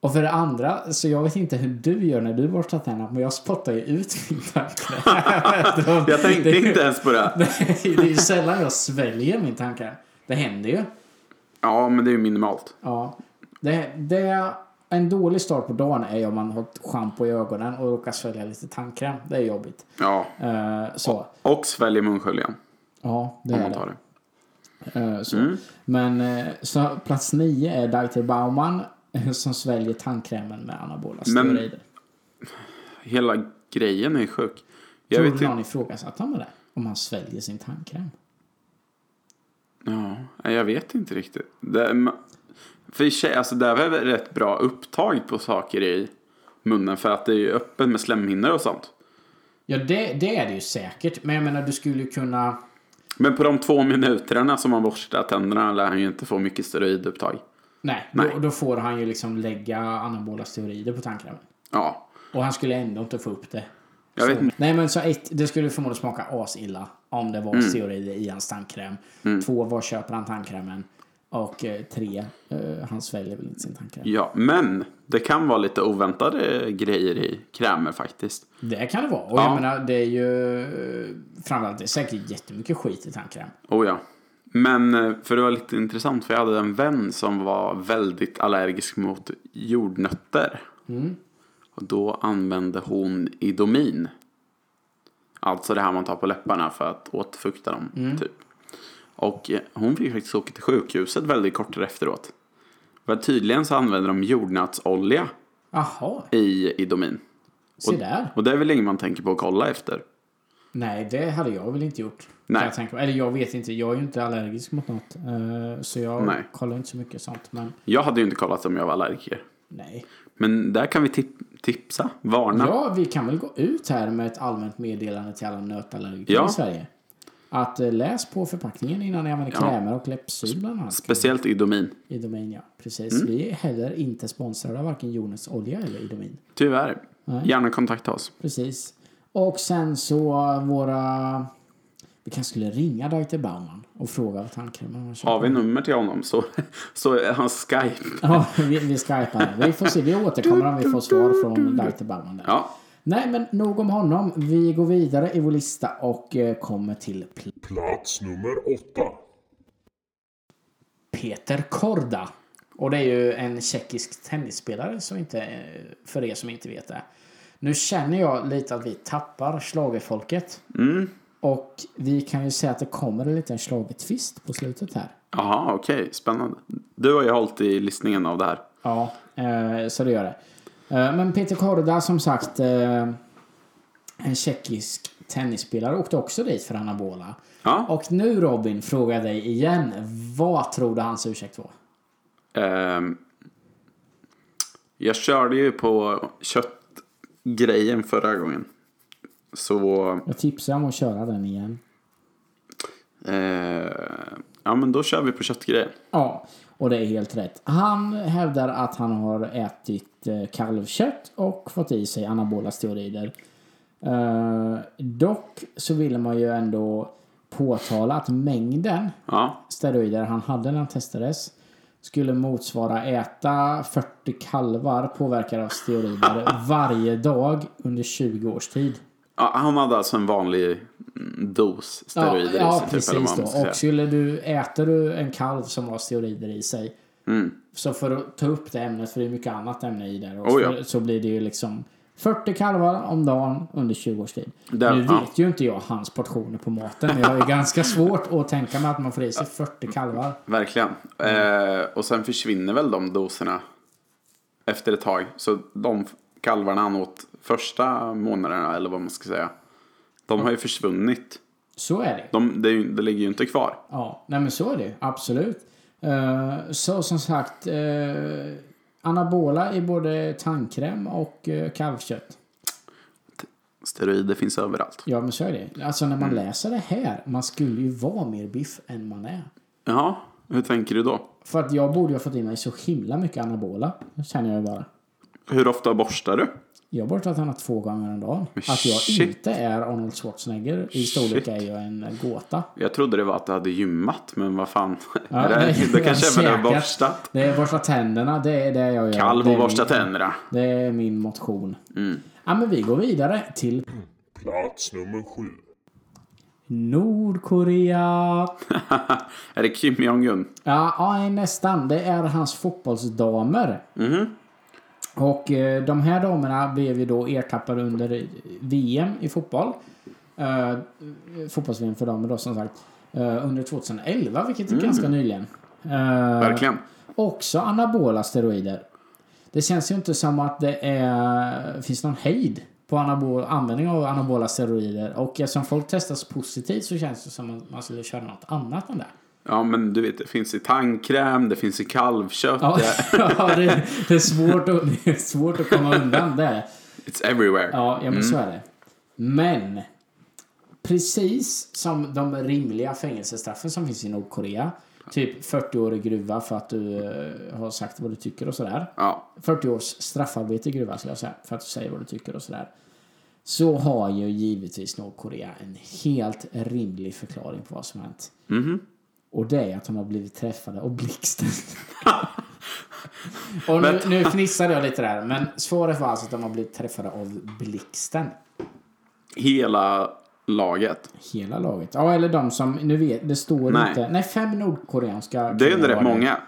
C: Och för det andra, så jag vet inte hur du gör när du borstar tänderna, men jag spottar ju ut min tandkräm.
A: [LAUGHS] Jag tänkte
C: Det-
A: inte ens på det.
C: [LAUGHS] Nej, det är ju sällan jag sväljer min tandkräm. Det händer ju.
A: Ja, men det är ju minimalt.
C: Ja. Det, det, en dålig start på dagen är ju om man har ett schampo i ögonen och råkar svälja lite tandkräm. Det är jobbigt.
A: Ja,
C: Eh, så.
A: och sväljer munsköljan.
C: Ja, det
A: Om
C: är
A: man
C: det.
A: tar det.
C: Eh, Så.
A: Mm.
C: Men eh, så plats nio är Dieter Baumann eh, som sväljer tandkrämen med anabola steroider.
A: Hela grejen är sjuk. Jag
C: Tror
A: vet
C: du
A: inte.
C: någon ifrågasatte honom det? Om han sväljer sin tandkräm?
A: Ja, nej, jag vet inte riktigt. Det, är ma- för i tjej, alltså det är väl rätt bra upptag på saker i munnen för att det är ju öppen med slemhinnor och sånt.
C: Ja, det, det är det ju säkert. Men jag menar, du skulle ju kunna...
A: Men på de två minuterna som man borstar tänderna lär han ju inte få mycket steroidupptag.
C: Nej,
A: Nej.
C: Då, då får han ju liksom lägga anabola steroider på tandkrämen.
A: Ja,
C: Och han skulle ändå inte få upp det.
A: jag vet
C: så,
A: inte.
C: Nej men så ett, det skulle förmodligen smaka asilla om det
A: Mm.
C: var steroider i hans tandkräm. Två, var köper han tandkrämen? Och eh, tre, eh, han sväljer väl inte sin tandkräm.
A: Ja, men det kan vara lite oväntade grejer i krämer faktiskt.
C: Det kan det vara. Och
A: Ja.
C: jag menar, det är ju eh, framförallt det är säkert jättemycket skit i tandkräm.
A: Oh ja. Men eh, för det var lite intressant för jag hade en vän som var väldigt allergisk mot jordnötter. Och då använde hon Idomin. Alltså det här man tar på läpparna för att återfukta dem. Typ. Och eh, hon fick faktiskt åka till sjukhuset väldigt kort efteråt. För tydligen så använder de jordnötsolja
C: Jaha,
A: i Idomin.
C: se där.
A: Och det är väl inget man tänker på att kolla efter.
C: Nej, det hade jag väl inte gjort. kan
A: Nej.
C: Jag tänka. på. Eller jag vet inte, jag är ju inte allergisk mot något. eh, Så jag
A: Nej.
C: kollar inte så mycket sånt. Men
A: Jag hade ju inte kollat om jag var allergiker.
C: nej.
A: Men där kan vi tip- tipsa, varna.
C: Ja, vi kan väl gå ut här med ett allmänt meddelande till alla nötallergiker
A: Ja.
C: i Sverige. Att eh, läs på förpackningen innan ni använder
A: Ja.
C: krämer och läppsyl bland annat.
A: Speciellt Idomin.
C: I domain, ja. Precis.
A: Mm.
C: Vi är heller inte sponsrade av varken Jonas Olja eller i domain.
A: Tyvärr. Gärna kontakta oss.
C: Precis. Och sen så våra... Vi kanske skulle ringa Dieter Baumann och fråga vad tandkrämen han köper.
A: Har vi nummer till honom så, [LAUGHS] så är han Skype.
C: Ja, vi, vi skypar. det. Vi får se. Vi återkommer om vi får svar från Dieter Baumann där.
A: Ja.
C: Nej, men nog om honom. Vi går vidare i vår lista och eh, kommer till pl-
D: Plats nummer åtta.
C: Peter Korda. Och det är ju en tjeckisk tennisspelare som inte, eh, för er som inte vet det. Nu känner jag lite att vi tappar
A: Mm.
C: schlagerfolket. Och vi kan ju säga att det kommer en liten schlagertvist på slutet här.
A: Jaha, okej. Spännande. Du har ju hållit i listningen av det här.
C: Ja, eh, så det gör det. Eh, men Peter Korda, som sagt, eh, en tjeckisk tennisspelare, åkte också dit för anabola.
A: Ja.
C: Och nu Robin, frågar jag dig igen. Vad tror du hans ursäkt var?
A: Ehm, jag körde ju på köttgrejen förra gången. Så
C: Jag tipsar om att köra den igen.
A: eh, ja, men då kör vi på köttgrejen.
C: Ja, och det är helt rätt. Han hävdar att han har ätit eh, kalvkött och fått i sig anabola steroider. Eh, dock så ville man ju ändå påtala att mängden
A: Ja,
C: steroider han hade när han testades skulle motsvara äta 40 kalvar påverkade av steroider varje dag under 20 års tid.
A: Ja, han hade alltså en vanlig mm, dos steroider i
C: ja, ja,
A: sig. typ,
C: precis
A: eller vad man
C: då.
A: ska säga.
C: Och skulle du, äter du en kalv som har steroider i sig, så för att ta upp det ämnet, för det är mycket annat ämne i där, och
A: Mm. Oh,
C: så,
A: ja.
C: så blir det ju liksom 40 kalvar om dagen under 20 års tid.
A: Där-
C: nu vet
A: ja.
C: ju inte jag hans portioner på maten, men jag har ju ganska svårt att tänka mig att man får i sig 40 kalvar.
A: Verkligen. Eh, och sen försvinner väl de doserna efter ett tag. Så de kalvarna han åt första månaderna, eller vad man ska säga, de har ju försvunnit.
C: Så är det.
A: De, det, är ju- det ligger ju inte kvar.
C: Ja, nej men så är det ju, absolut. Eh, så som sagt, eh, anabola i både tandkräm och eh, kalvkött.
A: Steroider finns överallt.
C: Ja, men så är det. Alltså när man
A: Mm.
C: läser det här, man skulle ju vara mer biff än man är.
A: Jaha, hur tänker du då?
C: För att jag borde ju ha fått in mig så himla mycket anabola, känner jag ju bara.
A: Hur ofta borstar du?
C: Jag har borde ha tränat två gånger om dagen. Att jag
A: shit.
C: inte är Arnold Schwarzenegger i storlek är ju en eh, gåta.
A: Jag trodde det var att du hade gymmat, men vad fan.
C: Ja, [LAUGHS]
A: är [LAUGHS] det, det,
C: jag
A: kanske är väl
C: käkat.
A: borstat.
C: Det är borsta tänderna, det är det jag gör.
A: Kalv
C: Det är
A: och
C: min-
A: borsta Mm. tänderna.
C: Det är min motion. Ja, men vi går vidare till
D: Plats nummer sju.
C: Nordkorea.
A: [LAUGHS] är det Kim Jong-Un?
C: Ja, ja, nästan. Det är hans fotbollsdamer. Och eh, de här damerna blev ju då ertappade under VM i fotboll. Eh, Fotbolls-VM för damer då som sagt. Eh, under 2011, vilket är ganska nyligen. Eh,
A: Verkligen.
C: också anabola steroider. Det känns ju inte som att det är, finns någon hejd på anabol, användning av anabola steroider. Och eftersom folk testas positivt så känns det som att man skulle köra något annat än det.
A: Ja, men du vet, det finns i tandkräm, det finns i kalvkött.
C: Ja,
A: det-
C: [LAUGHS] ja det, det, är svårt att, det är svårt att komma undan där.
A: It's everywhere.
C: Ja, ja men så är det. Men, precis som de rimliga fängelsestraffen som finns i Nordkorea, typ 40 år i gruva för att du eh, har sagt vad du tycker och sådär.
A: Ja.
C: 40 års straffarbete i gruvan skulle jag säga, för att du säger vad du tycker och sådär. Så har ju givetvis Nordkorea en helt rimlig förklaring på vad som hänt.
A: Mhm.
C: Och det är att de har blivit träffade av
A: [LAUGHS]
C: blixten. och nu, nu fnissade jag lite där, men svaret var alltså att de har blivit träffade av blixten.
A: Hela laget.
C: Hela laget. Ja, eller de som, nu vet, det står
A: Nej.
C: inte. Nej, fem nordkoreanska.
A: Det är ändå
C: kvinnor
A: rätt
C: var det.
A: många.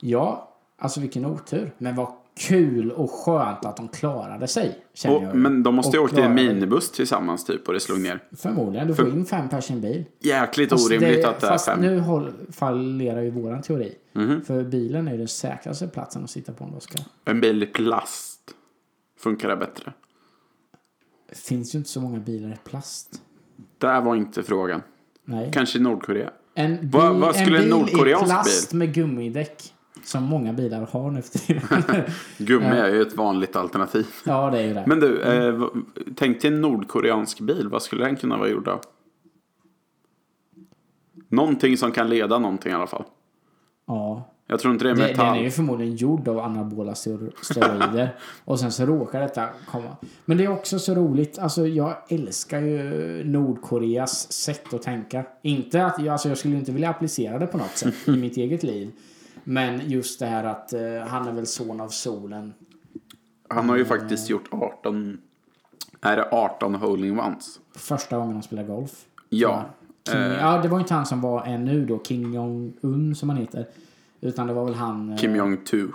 C: Ja, alltså vilken otur. Men vad kul och skönt att de klarade sig. Känner jag.
A: Och, men de måste ju
C: Och
A: ha åkt i en
C: klarade-
A: minibuss tillsammans typ och det slog ner.
C: Förmodligen. Du får in fem pers i en bil.
A: Jäkligt
C: Fast
A: orimligt att det är
C: Fast
A: fem. Mhm.
C: nu håll, fallerar ju våran teori. För bilen är ju den säkraste platsen att sitta på om du ska.
A: En bil i plast. Funkar det bättre?
C: Det finns ju inte så många bilar i plast.
A: Där var inte frågan.
C: Nej.
A: Kanske i Nordkorea.
C: En bil,
A: Vad- vad skulle en
C: en bil i
A: nordkoreansk
C: plast med gummidäck. Som många bilar har nu
A: [LAUGHS]
C: för tiden.
A: Gummi är ju ett vanligt alternativ.
C: ja, det är ju det.
A: Men du, eh,
C: Mm.
A: v- tänk dig en nordkoreansk bil. Vad skulle den kunna vara gjord av? Någonting som kan leda någonting i alla fall.
C: ja.
A: Jag tror inte det är
C: Det, den
A: metall.
C: är ju förmodligen gjord av anabola steor-
A: [LAUGHS]
C: steroider. och sen så råkar detta komma. Men det är också så roligt. Alltså jag älskar ju Nordkoreas sätt att tänka. Inte att, jag- alltså jag skulle inte vilja applicera det på något sätt i
A: [LAUGHS]
C: mitt eget liv. Men just det här att eh, han är väl son av solen.
A: Han
C: Eh.
A: har ju faktiskt gjort 18... Är det 18 holding ones?
C: Första gången han spelar golf.
A: Ja.
C: Kim,
A: Eh.
C: ja, det var ju inte han som var en nu då, Kim Jong-Un som han heter. Utan det var väl han... eh,
A: Kim Jong-Tu.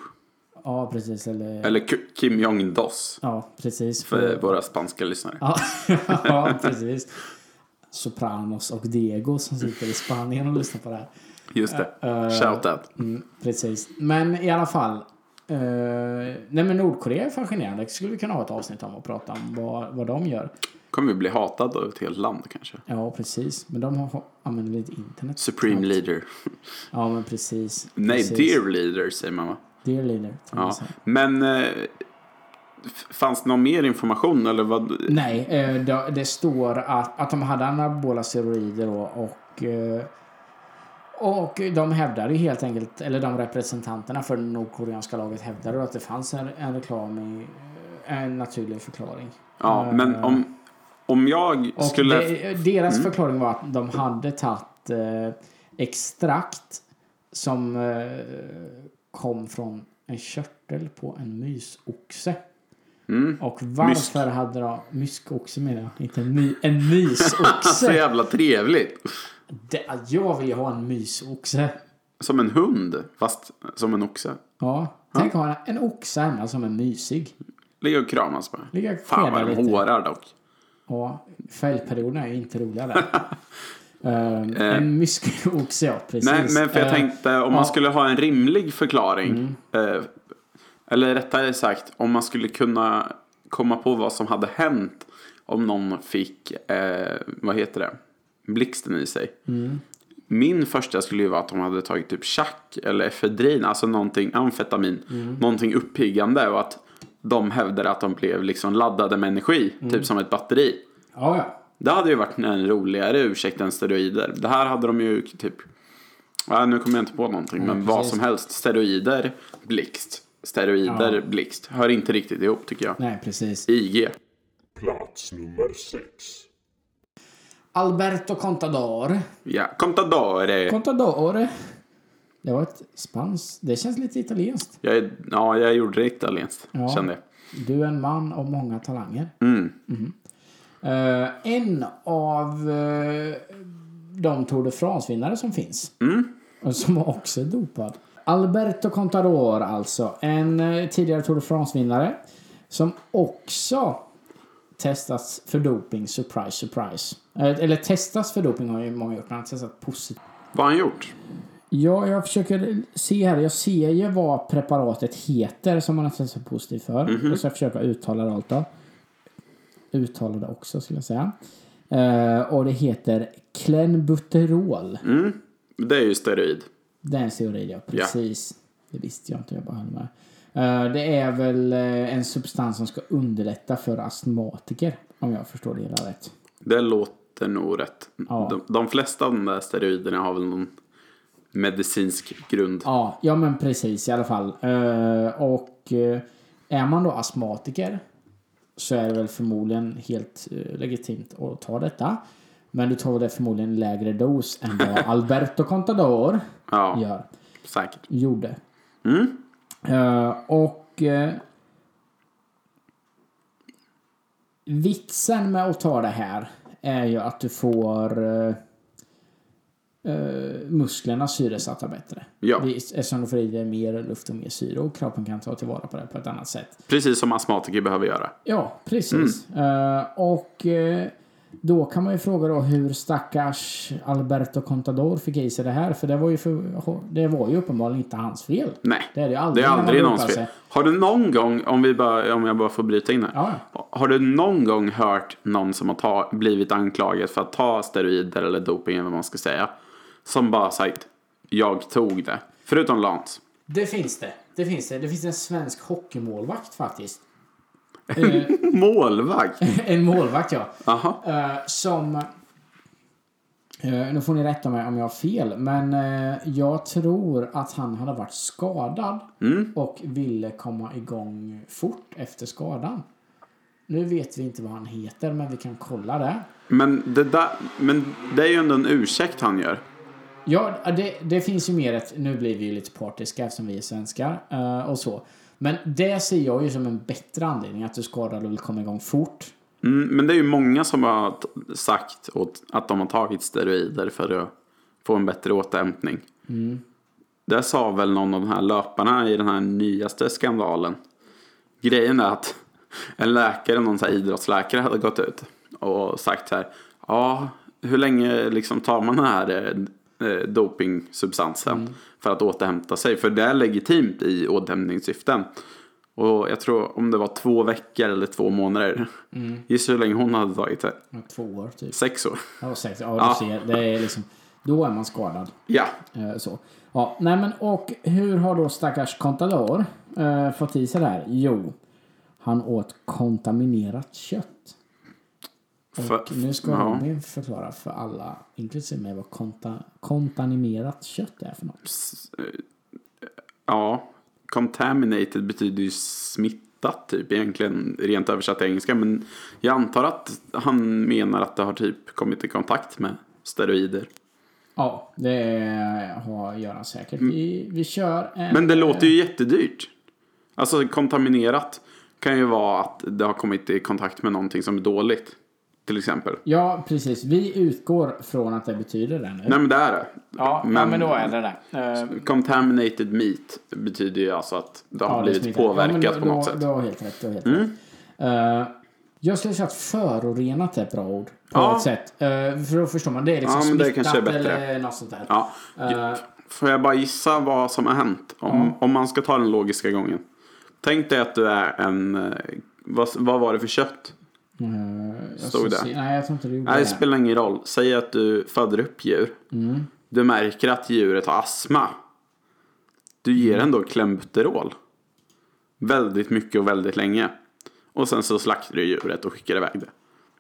C: Ja, precis. Eller...
A: Eller K- Kim Jong-Dos.
C: Ja, precis.
A: För våra spanska lyssnare.
C: Mm. Ja, [LAUGHS] ja precis. Sopranos och Diego som sitter i Spanien och lyssnar på det här.
A: Just det.
C: Eh,
A: Shout out.
C: Mm, precis. Men i alla fall. eh, nej men Nordkorea är fascinerande. Det skulle vi kunna ha ett avsnitt om och prata om vad, vad de gör.
A: Kommer vi bli hatad av ett helt land kanske.
C: Ja, precis. Men de har, använder lite internet.
A: Supreme leader.
C: Ja, men precis.
A: Nej,
C: precis.
A: dear leader säger man va?
C: Dear leader. kan man
A: Ja.
C: säga.
A: Men eh, f- fanns det någon mer information eller vad?
C: Nej, eh, det, det står att, att de hade anabola steroider och, och eh, och de hävdade ju helt enkelt, eller de representanterna för det nordkoreanska laget hävdade ju att det fanns en, en reklam i en naturlig förklaring.
A: Ja,
C: Eh,
A: men om, om jag
C: Och
A: skulle... Mm.
C: det, deras förklaring var att de hade tagit eh, extrakt som eh, kom från en körtel på en mysoxe. Och varför
A: Mm. Mysk.
C: hade de... Myskoxe menar jag, inte en, my, en
A: [LAUGHS] Så
C: mysoxe.
A: jävla trevligt.
C: det, jag vill ju ha en mysoxe.
A: Som en hund, fast som en oxe.
C: Ja, tänk ha en, en oxe hemma som är mysig.
A: Ligger och kramas bara.
C: Ligger och
A: Fan vad
C: skedar
A: de
C: lite.
A: hårar dock.
C: Ja, fälgperioderna är ju inte
A: [LAUGHS]
C: roliga där. Ehm, en myskoxe, ja precis.
A: Eh. Nej, men för jag
C: Eh,
A: tänkte om man
C: ja. Mm.
A: skulle ha en rimlig förklaring. Eh, eller rättare sagt, om man skulle kunna komma på vad som hade hänt om någon fick, eh, vad heter det, blixten i sig.
C: Mm.
A: Min första skulle ju vara att de hade tagit typ chack eller efedrin, alltså någonting, amfetamin,
C: Mm.
A: någonting uppiggande och att de hävdade att de blev liksom laddade med energi,
C: Mm.
A: typ som ett batteri.
C: Ja, ja.
A: Det hade ju varit en roligare ursäkt än steroider. Det här hade de ju typ... Ja, nu kommer jag inte på någonting, men vad
C: Mm, precis.
A: som helst. Steroider, blixt. Steroider, blixt. Hör inte riktigt ihop tycker jag.
C: Nej, precis.
A: IG.
D: Plats nummer 6.
C: Alberto Contador.
A: Ja, contadore.
C: Contador. Det var ett spanskt. Det känns lite italienskt.
A: Jag, är- ja, jag gjorde det italienskt,
C: Ja.
A: kände jag.
C: Du är en man av många talanger. Mhm. Eh, en av eh, de Tour de France-vinnare som finns. Och Som också är dopad. Alberto Contador alltså. En eh, tidigare Tour de France-vinnare. Som också testats för doping. Surprise, surprise. Eh, eller testas för doping har ju många gjort. Men han har testat positivt.
A: Vad har han gjort?
C: Ja, jag försöker se här. Jag ser ju vad preparatet heter som man har testat positivt för. Och så försöker jag uttala det allt då. Uttala det också skulle jag säga. Eh, och det heter Clenbuterol.
A: Det är ju steroid.
C: Det är en steroid, ja. Precis. Det visste jag inte, jag bara höll med. Eh, det är väl eh, en substans som ska underlätta för astmatiker. Om jag förstår det hela rätt.
A: Det låter nog rätt. De, de flesta av de där steroiderna har väl någon medicinsk grund.
C: Ja, ja men precis i alla fall. Eh, och eh, är man då astmatiker så är det väl förmodligen helt eh, legitimt att ta detta. Men du tar väl det förmodligen lägre dos än vad Alberto Contador
A: Ja,
C: gör,
A: säkert.
C: gjorde. Eh, och eh, vitsen med att ta det här är ju att du får eh, eh, musklerna syresatta bättre.
A: Ja.
C: Det- Eftersom du får i dig mer luft och mer syre och kroppen kan ta tillvara på det på ett annat sätt.
A: Precis som astmatiker behöver göra.
C: Ja, precis. Eh, och eh, då kan man ju fråga då hur stackars Alberto Contador fick i sig det här. För det var ju, för, det var ju uppenbarligen inte hans fel.
A: Nej,
C: Det är det ju
A: Det
C: aldrig.
A: är
C: när man
A: aldrig
C: dopar
A: någons fel.
C: sig.
A: Har du någon gång, om, vi bara, om jag bara får bryta in här.
C: Ja,
A: Har du någon gång hört någon som har ta, blivit anklagad för att ta steroider eller doping eller vad man ska säga. Som bara sagt, jag tog det. Förutom Lantz.
C: det finns det. Det finns det. Det finns en svensk hockeymålvakt faktiskt. [LAUGHS] Eh,
A: Målvakt!
C: en målvakt ja.
A: Aha.
C: Eh, som... Eh, nu får ni rätta mig om jag har fel, men eh, jag tror att han hade varit skadad och ville komma igång fort efter skadan. Nu vet vi inte vad han heter, men vi kan kolla det.
A: Men det, där, men det är ju ändå en ursäkt han gör.
C: Ja, det, det finns ju mer ett... Nu blir vi ju lite partiska eftersom vi är svenskar eh, och så. Men det ser jag ju som en bättre anledning, att du skadade och vill komma igång fort.
A: Mm, men det är ju många som har t- sagt åt, att de har tagit steroider för att få en bättre återhämtning. Där sa väl någon av de här löparna i den här nyaste skandalen. Grejen är att en läkare, någon så här idrottsläkare hade gått ut och sagt så här. Ja, hur länge liksom tar man den här eh, eh, dopingsubstansen för att återhämta sig. För det är legitimt i återhämtningssyften. Och jag tror om det var två veckor eller två månader. Gissa hur länge hon hade tagit det?
C: Ja, Två år typ.
A: Sex år.
C: Ja, sex. Ja, du ser. Det är liksom, då är man skadad.
A: Ja.
C: Eh, Så. Ja, nej men och hur har då stackars Contador eh, fått i sig det här? Jo, han åt kontaminerat kött.
A: För-
C: Och nu ska
A: ja.
C: Robin förklara för alla, inklusive mig, vad konta, kontaminerat kött är för något.
A: Ja, contaminated betyder ju smittat typ egentligen rent översatt till engelska. Men jag antar att han menar att det har typ kommit i kontakt med steroider.
C: Ja, det har Göran säkert. Vi, vi kör en...
A: Mm. Men det låter ju jättedyrt. Alltså kontaminerat kan ju vara att det har kommit i kontakt med någonting som är dåligt. Till exempel.
C: Ja, precis. Vi utgår från att det betyder det nu.
A: Nej men det är det.
C: ja, men, ja, men då är det det. Eh,
A: Contaminated meat betyder ju alltså att det har
C: Ja, det
A: blivit
C: smittar.
A: påverkat
C: Ja, men
A: på
C: då-
A: något
C: då-
A: sätt. Mm.
C: Du har helt rätt. Du har helt rätt. Eh, jag skulle säga att förorenat är ett bra ord. På
A: Ja.
C: ett sätt. Eh, för då förstår man. Det är liksom
A: Ja, men det
C: smittat
A: kanske är bättre.
C: eller något sånt där.
A: Ja.
C: Eh,
A: Får jag bara gissa vad som har hänt? Om, om man ska ta den logiska gången. Tänk dig att du är en... eh, Vad, vad var det för kött?
C: eh, jag
A: Stod
C: ska
A: det?
C: se- Nej, jag tror inte det gjorde
A: Nej, det
C: det.
A: spelar ingen roll. Säg att du föder upp djur.
C: Mm.
A: Du märker att djuret har astma. Du ger
C: Mm.
A: den då klembuterol. Väldigt mycket och väldigt länge. Och sen så slaktar du djuret och skickar iväg det.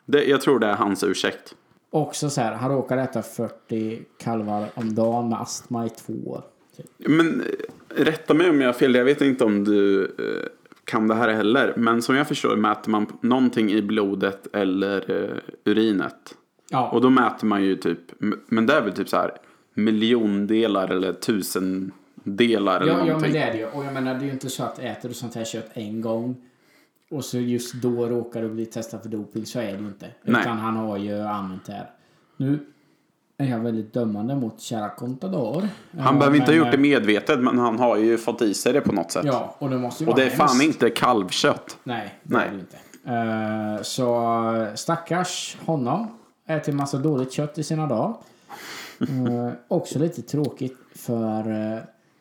A: det jag tror det är hans ursäkt.
C: Också så här, han råkar äta 40 kalvar om dagen med astma i två år. Typ.
A: Men eh, rätta mig om jag har fel. Jag vet inte om du eh, kan det här heller. Men som jag förstår mäter man någonting i blodet eller eh, urinet.
C: Ja,
A: Och då mäter man ju typ, m- men det är väl typ så här miljondelar eller tusendelar eller
C: ja, ja, men
A: någonting.
C: det är det ju. Och jag menar, det är ju inte så att äter du sånt här kött en gång och så just då råkar du bli testad för doping. Så är det ju inte.
A: Nej.
C: Utan han har ju använt det här. Nu är jag väldigt dömande mot kära Contador.
A: Han behöver inte ha gjort det
C: mer.
A: medvetet men han har ju fått i sig det på något sätt.
C: eh, Ja, och det måste ju
A: Och
C: vara
A: det är fan
C: hemskt.
A: inte kalvkött.
C: Nej, det
A: Nej.
C: är det inte. Eh, så stackars honom. Äter massa dåligt kött i sina dagar. Eh, också lite tråkigt för eh,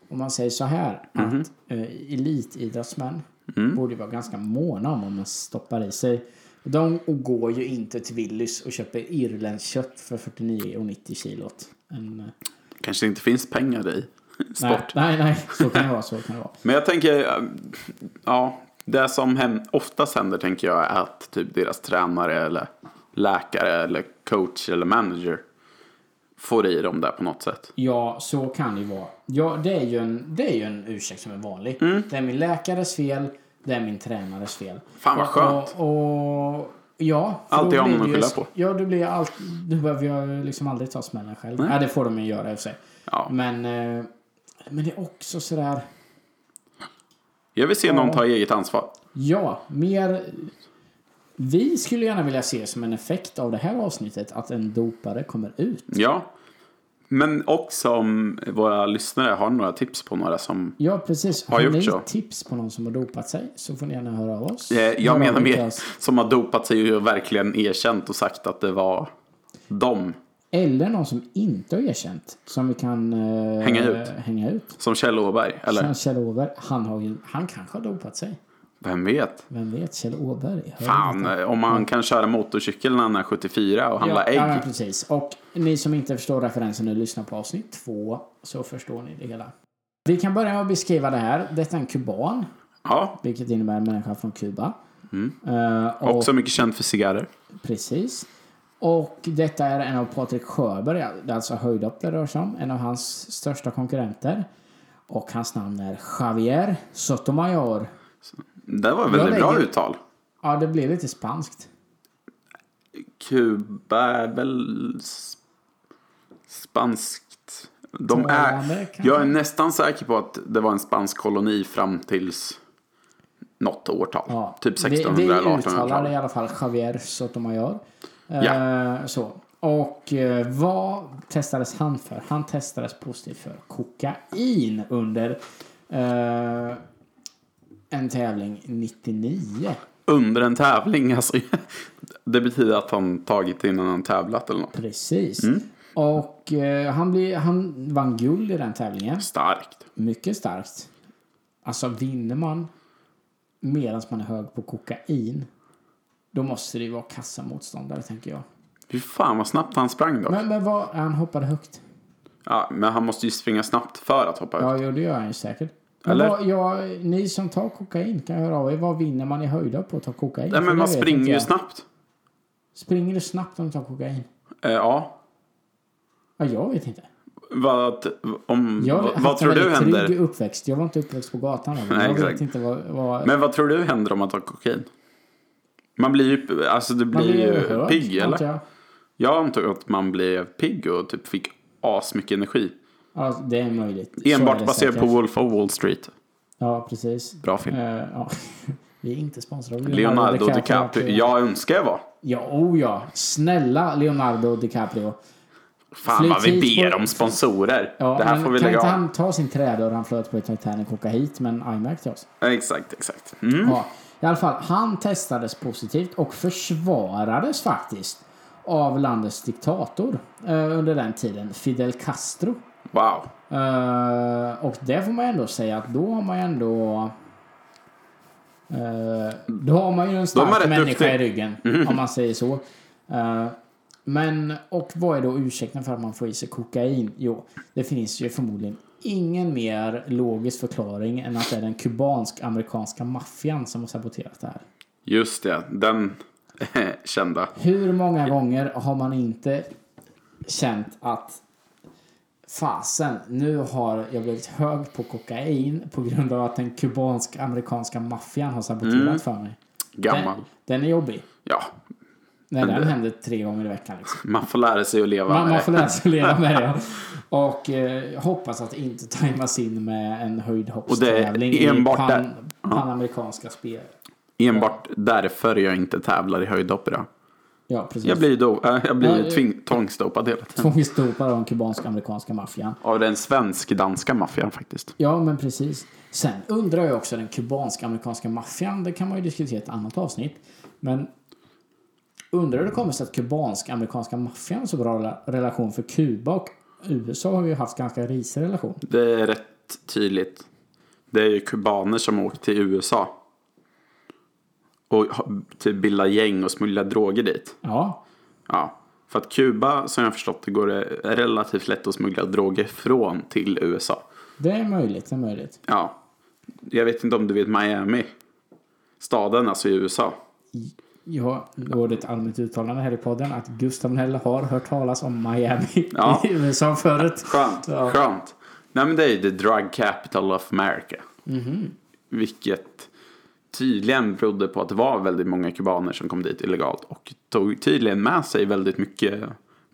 C: om man säger så här
A: Mhm.
C: att eh, elitidrottsmän
A: Mm.
C: borde vara ganska måna om vad man stoppar i sig. De går ju inte till Willys och köper irländskt för 49,90 kilot. En, eh,
A: Kanske inte finns pengar i
C: nej,
A: sport.
C: nej, nej, så kan det vara. Så kan det vara.
A: Men jag tänker, eh, ja, det som hem, oftast händer tänker jag är att typ deras tränare eller läkare eller coach eller manager får i dem där på något sätt.
C: Ja, så kan det ju vara. Ja, det är ju en, det är ju en ursäkt som är vanlig.
A: Mm.
C: Det är min läkares fel, det är min tränares fel.
A: Fan, vad skönt.
C: Och, och, ja, för
A: Alltid
C: då
A: har
C: blir
A: någon
C: det
A: att
C: ju-
A: skylla på.
C: Ja, då blir jag allt, då behöver jag liksom aldrig ta smällen själv. Nej, det får de ju göra i och för sig.
A: Ja.
C: Men, eh, men det är också sådär,
A: Jag vill se någon ta eget ansvar.
C: ja, mer... Vi skulle gärna vilja se som en effekt av det här avsnittet att en dopare kommer ut.
A: Ja. Men också om våra lyssnare har några tips på några som...
C: Ja, precis.
A: Har
C: Har
A: gjort
C: ni
A: så.
C: tips på någon som har dopat sig så får ni gärna höra av oss.
A: Eh,
C: Höra
A: Jag
C: av
A: menar
C: er till
A: mer
C: oss.
A: som har dopat sig och verkligen erkänt och sagt att det var dem.
C: Eller någon som inte har erkänt. Som vi kan eh,
A: Hänga ut.
C: Hänga ut.
A: Som Kjell Åberg, eller?
C: Sen Kjell Åberg, han, har ju, han kanske har dopat sig.
A: Vem vet?
C: Vem vet, Kjell Åberg. hör
A: Fan,
C: inte.
A: eh, om man kan köra motorcykel när han är 74 och handla
C: Ja, ja, men
A: ägg.
C: precis. Och ni som inte förstår referensen nu, lyssna på avsnitt två så förstår ni det hela. Vi kan börja med att beskriva det här. Detta är en kuban,
A: Ja,
C: vilket innebär en människa från Kuba.
A: Mm.
C: Eh, och-
A: också mycket känd för cigarrer.
C: Precis. Och detta är en av Patrik Sjöberg, det är alltså höjdhopp det rör sig om, en av hans största konkurrenter. Och hans namn är Javier Sotomayor.
A: Det var väldigt
C: lägger-
A: bra uttal.
C: Ja, det blev lite spanskt.
A: Kuba är väl s- spanskt. De
C: Talande,
A: är,
C: kanske?
A: jag är nästan säker på att det var en spansk koloni fram tills något årtal.
C: Ja.
A: Typ
C: vi,
A: 1600
C: vi
A: eller
C: uttalar i
A: 1800-tal.
C: alla fall Javier Sotomayor. Eh,
A: Ja.
C: så. Och eh, vad testades han för? Han testades positivt för kokain under eh, en tävling 99.
A: Under en [LAUGHS] tävling alltså. Det betyder att han tagit innan han tävlat eller något.
C: Precis. Och eh, han, blir, han vann guld i den tävlingen.
A: Starkt.
C: Mycket starkt. Alltså vinner man medan man är hög på kokain. Då måste det ju vara kassamotståndare tänker jag.
A: Fy fan vad snabbt han sprang då.
C: Men, men vad, han hoppade högt.
A: Ja, men han måste ju springa snabbt för att hoppa ut.
C: Ja, jo, det gör han ju säkert. Men
A: Eller?
C: Vad, ja, ni som tar kokain kan höra av er. Vad vinner man i höjder på att ta kokain?
A: Nej,
C: För
A: men
C: det
A: man
C: vet
A: springer
C: inte
A: ju
C: jag.
A: snabbt.
C: Springer du snabbt om du tar kokain?
A: Eh, ja.
C: Ja, jag vet inte.
A: Vad, om,
C: Jag
A: vad,
C: har
A: vad
C: haft en
A: tror du
C: väldigt
A: händer?
C: trygg uppväxt. Jag var inte uppväxt på gatan. men
A: Nej,
C: jag vet
A: exakt.
C: inte vad... vad
A: Men vad tror du händer om man tar kokain? Man blir ju, alltså det blir, ju
C: hög,
A: pigg eller?
C: antar jag.
A: Jag antog att man blev pigg och typ fick asmycket energi.
C: Ja, det är möjligt. Så är
A: Enbart
C: det
A: baserat
C: säkert.
A: på Wolf of Wall Street.
C: Ja, precis.
A: Bra film.
C: Eh, ja. [LAUGHS] Vi är inte sponsrade av
A: Leonardo DiCaprio. Jag önskar jag var.
C: Ja, oh ja. Snälla Leonardo DiCaprio.
A: Fan
C: Flyt
A: vad vi
C: hit
A: ber
C: på-
A: om sponsorer.
C: Ja,
A: det här
C: men
A: får vi
C: kan
A: lägga
C: inte
A: av.
C: han ta sin trädörr han flöt på i Titanic och åka hit med en iMac till oss?
A: Exakt, exakt. Mm.
C: Ja, i alla fall. Han testades positivt och försvarades faktiskt av landets diktator eh, under den tiden, Fidel Castro.
A: Wow.
C: Eh, och det får man ändå säga att då har man ju ändå... eh, då har man ju en
A: Då är man
C: stark
A: rätt
C: människa
A: duktig. Mm.
C: i ryggen, om man säger så. Eh, men, och vad är då ursäkten för att man får i sig kokain? Jo, det finns ju förmodligen ingen mer logisk förklaring än att det är den kubansk-amerikanska maffian som har saboterat det här.
A: Just det, den [LAUGHS] kända.
C: Hur många gånger har man inte känt att fasen, nu har jag blivit hög på kokain på grund av att den kubansk-amerikanska maffian har saboterat för mig.
A: Mm. Gammal.
C: Den, den är jobbig.
A: Ja,
C: När den händer tre gånger i veckan. Liksom.
A: man får lära sig att leva
C: Man,
A: med
C: man
A: det.
C: får lära sig att leva
A: [LAUGHS]
C: med det. Och eh, jag hoppas att det inte tajmas in med en höjdhoppstävling
A: Och det är enbart
C: i pan,
A: där.
C: panamerikanska spel.
A: Enbart därför jag inte tävlar i höjdhopp idag.
C: Ja, precis.
A: Jag blir, do, äh, jag blir
C: Ja, det-
A: tving, tvångsdopad hela tiden.
C: Tvångsdopad av den kubansk-amerikanska maffian.
A: Av den svensk-danska maffian faktiskt.
C: Ja, men precis. Sen undrar jag också den kubansk-amerikanska maffian. Det kan man ju diskutera i ett annat avsnitt. Men undrar hur det kommer sig att kubansk-amerikanska maffian har så bra rela- relation för Kuba och USA har ju haft ganska risig relation.
A: Det är rätt tydligt. Det är ju kubaner som har åkt till USA. Och ha- typ bildar gäng och smugglar droger dit.
C: Ja,
A: Ja. För att Kuba, som jag har förstått det, går det relativt lätt att smuggla droger från till USA.
C: det är möjligt. Det är möjligt.
A: Ja. Jag vet inte om du vet Miami. Staden alltså i USA.
C: Ja, då är det ett allmänt uttalande här i podden att Gustav Nell har hört talas om Miami
A: Ja.
C: i USA förut.
A: Skönt,
C: Ja.
A: skönt. Nej men det är ju the drug capital of America.
C: Mhm.
A: Vilket tydligen berodde på att det var väldigt många kubaner som kom dit illegalt. Och tog tydligen med sig väldigt mycket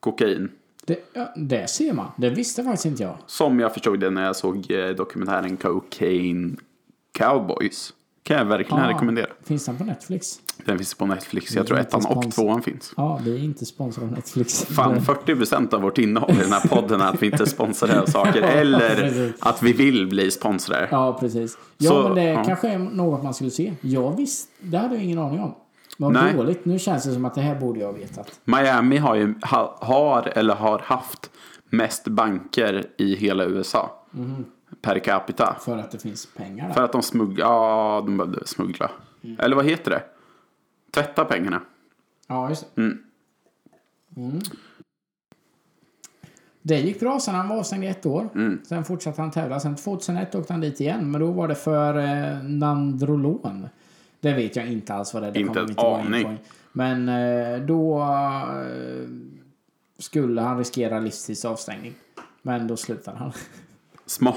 A: kokain.
C: Det, ja, det ser man. Det visste faktiskt inte jag.
A: Som jag förstod det när jag såg eh, dokumentären Cocaine Cowboys. Kan jag verkligen
C: Ah,
A: rekommendera.
C: Finns den på Netflix?
A: Den finns på Netflix. Jag tror
C: är inte
A: ettan och
C: spons-
A: tvåan finns.
C: Ja, vi är inte sponsrade av Netflix.
A: Fan, 40% av vårt innehåll i den här podden är att vi inte sponsrar
C: [LAUGHS]
A: av saker. Eller
C: Precis.
A: att vi vill bli sponsrare.
C: Ja, precis. Ja,
A: Så,
C: men det
A: ja.
C: kanske är något man skulle se. Jag visst, det hade jag ingen aning om. Vad
A: Nej.
C: dåligt. Nu känns det som att det här borde jag ha vetat.
A: Miami har, ju, ha, har eller har haft mest banker i hela USA.
C: Mhm.
A: Per capita.
C: För att det finns pengar där.
A: För att de smugglar, ja de behövde smuggla.
C: Mm.
A: Eller vad heter det? Tvätta pengarna.
C: Ja, just det. Mm. Det gick bra sen han var avstängd i ett år.
A: Mm.
C: Sen fortsatte han tävla. Sen 2001 åkte han dit igen. Men då var det för eh, Nandrolon. Det vet jag inte alls vad det är. Det
A: Inte
C: kommer
A: en
C: vi gå in
A: aning.
C: på. Men eh, då eh, skulle han riskera livstids avstängning. Men då slutade han. [LAUGHS]
A: Smart.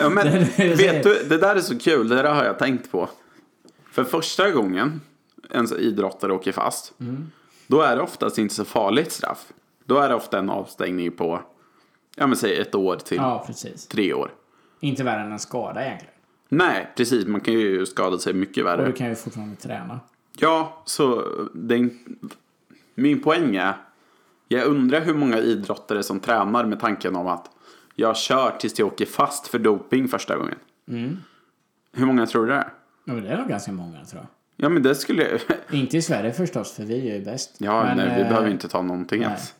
A: ja, men,
C: Det är det jag säger.
A: vet du, det där är så kul, det där har jag tänkt på. För första gången en så idrottare åker fast,
C: Mm.
A: då är det oftast inte så farligt straff. Då är det ofta en avstängning på, ja men säg ett år till
C: Ja, precis.
A: tre år.
C: Inte värre än en skada egentligen.
A: Nej, precis. Man kan ju skada sig mycket
C: Och du
A: värre.
C: kan ju fortfarande träna.
A: Ja, så den, min poäng är. Jag undrar hur många idrottare som tränar med tanken om att jag kör tills jag åker fast för doping första gången.
C: Mm.
A: Hur många tror du det är?
C: Ja, men det är nog ganska många tror jag.
A: Ja, men det skulle jag... [LAUGHS]
C: Inte i Sverige förstås, för vi är ju bäst.
A: Ja,
C: Men,
A: nej, vi
C: eh,
A: behöver inte ta någonting
C: nej.
A: ens.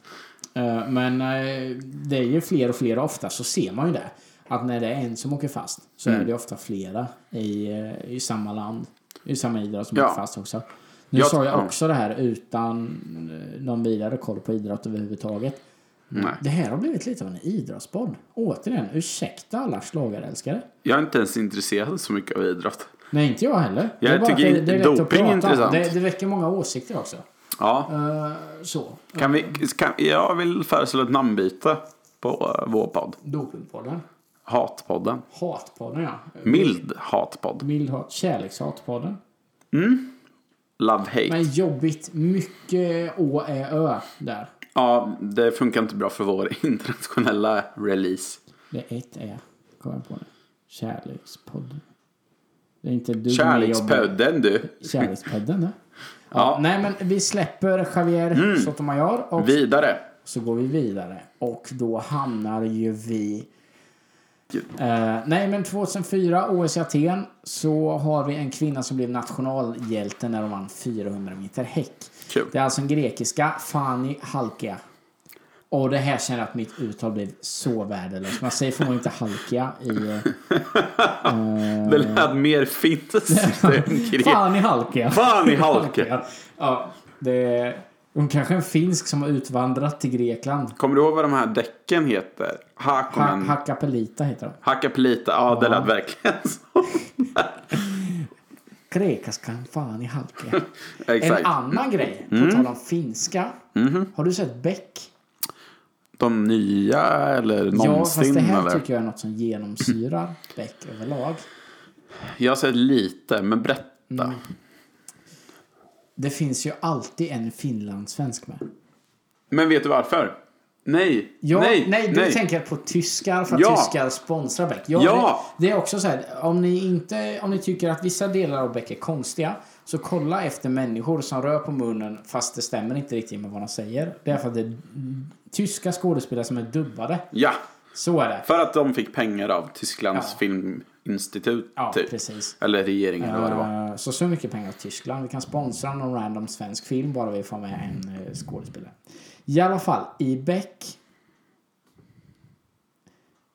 C: Eh, Men eh, det är ju fler och fler och ofta så ser man ju det. Att när det är en som åker fast så
A: Mm.
C: är det ofta flera i, eh, i samma land, i samma idrott som
A: Ja.
C: åker fast också. Nu
A: Jag-
C: sa jag
A: ja.
C: också det här utan eh, någon vidare koll på idrott överhuvudtaget.
A: Nej.
C: Det här har blivit lite av en idrottspodd. Återigen, ursäkta alla schlagerälskare.
A: Jag är inte ens intresserad så mycket av idrott.
C: Nej, inte jag heller.
A: Jag
C: Det är bara
A: tycker
C: att det- det är lätt att
A: doping är
C: prata.
A: intressant.
C: Det, det väcker många åsikter också.
A: Ja,
C: Eh, så,
A: kan vi, kan, jag vill föreslå ett namnbyte på eh, vår podd.
C: Dopingpodden.
A: Hatpodden.
C: Hatpodden, ja.
A: Mild hatpodd.
C: Mild hat, kärlekshatpodden.
A: Love hate.
C: Men jobbigt. Mycket Å, Ä, Ö där.
A: Ja, det funkar inte bra för vår [LAUGHS] internationella release.
C: Det är ett Ä. Kom jag på nu. Kärlekspodden. Det är inte du som är jobbig.
A: Kärlekspodden du.
C: Kärlekspodden, ja. Ja,
A: Ja. Mm.
C: Nej, men vi släpper Javier Sotomayor och
A: Vidare.
C: så går vi vidare. Och då hamnar ju vi...
A: Gud.
C: Eh, nej, men 2004, OS i Aten, så har vi en kvinna som blev nationalhjälte när hon vann 400 meter häck.
A: Kul.
C: Det är alltså en grekiska, Fani Halkia. Och det här känner jag att mitt uttal blev så värdelöst. Man säger förmodligen inte Halkia [LAUGHS] i... eh,
A: Det lät mer
C: [LAUGHS]
A: finskt än grekiskt.
C: Fani Halkia!
A: Fan
C: [LAUGHS]
A: i halke.
C: Ja, det är... Hon kanske är en finsk som har utvandrat till Grekland.
A: Kommer du ihåg vad de här däcken heter?
C: Ha
A: Hakonen.
C: Hakapelita heter hon.
A: Hakapelita. Ja, det lät verkligen så.
C: Grekaskan
A: [LAUGHS]
C: Fani Halkia. En
A: Exakt. Mm. Mm-hmm.
C: annan grej, på tal om finska. Har du sett Beck?
A: De nya eller
C: Ja, fast
A: någonsin
C: det här
A: eller?
C: tycker jag är något som genomsyrar Beck överlag.
A: Jag har sett lite, men berätta.
C: Mm. Det finns ju alltid en finlandssvensk med.
A: Men vet du varför? Nej,
C: Ja, nej,
A: nej,
C: du tänker på tyskar för att
A: Ja.
C: tyskar sponsrar Beck. Ja,
A: Ja.
C: Det, det är också så här, om ni, inte, om ni tycker att vissa delar av Beck är konstiga så kolla efter människor som rör på munnen fast det stämmer inte riktigt med vad de säger. Det är för att det är tyska skådespelare som är dubbade.
A: Ja,
C: Så är det.
A: för att de fick pengar av Tysklands
C: Ja.
A: filminstitut.
C: Ja,
A: typ.
C: precis.
A: Eller regeringen eller vad det var.
C: Eh, Så så mycket pengar till Tyskland. Vi kan sponsra någon random svensk film bara vi får med en eh, skådespelare. I alla fall, i Beck.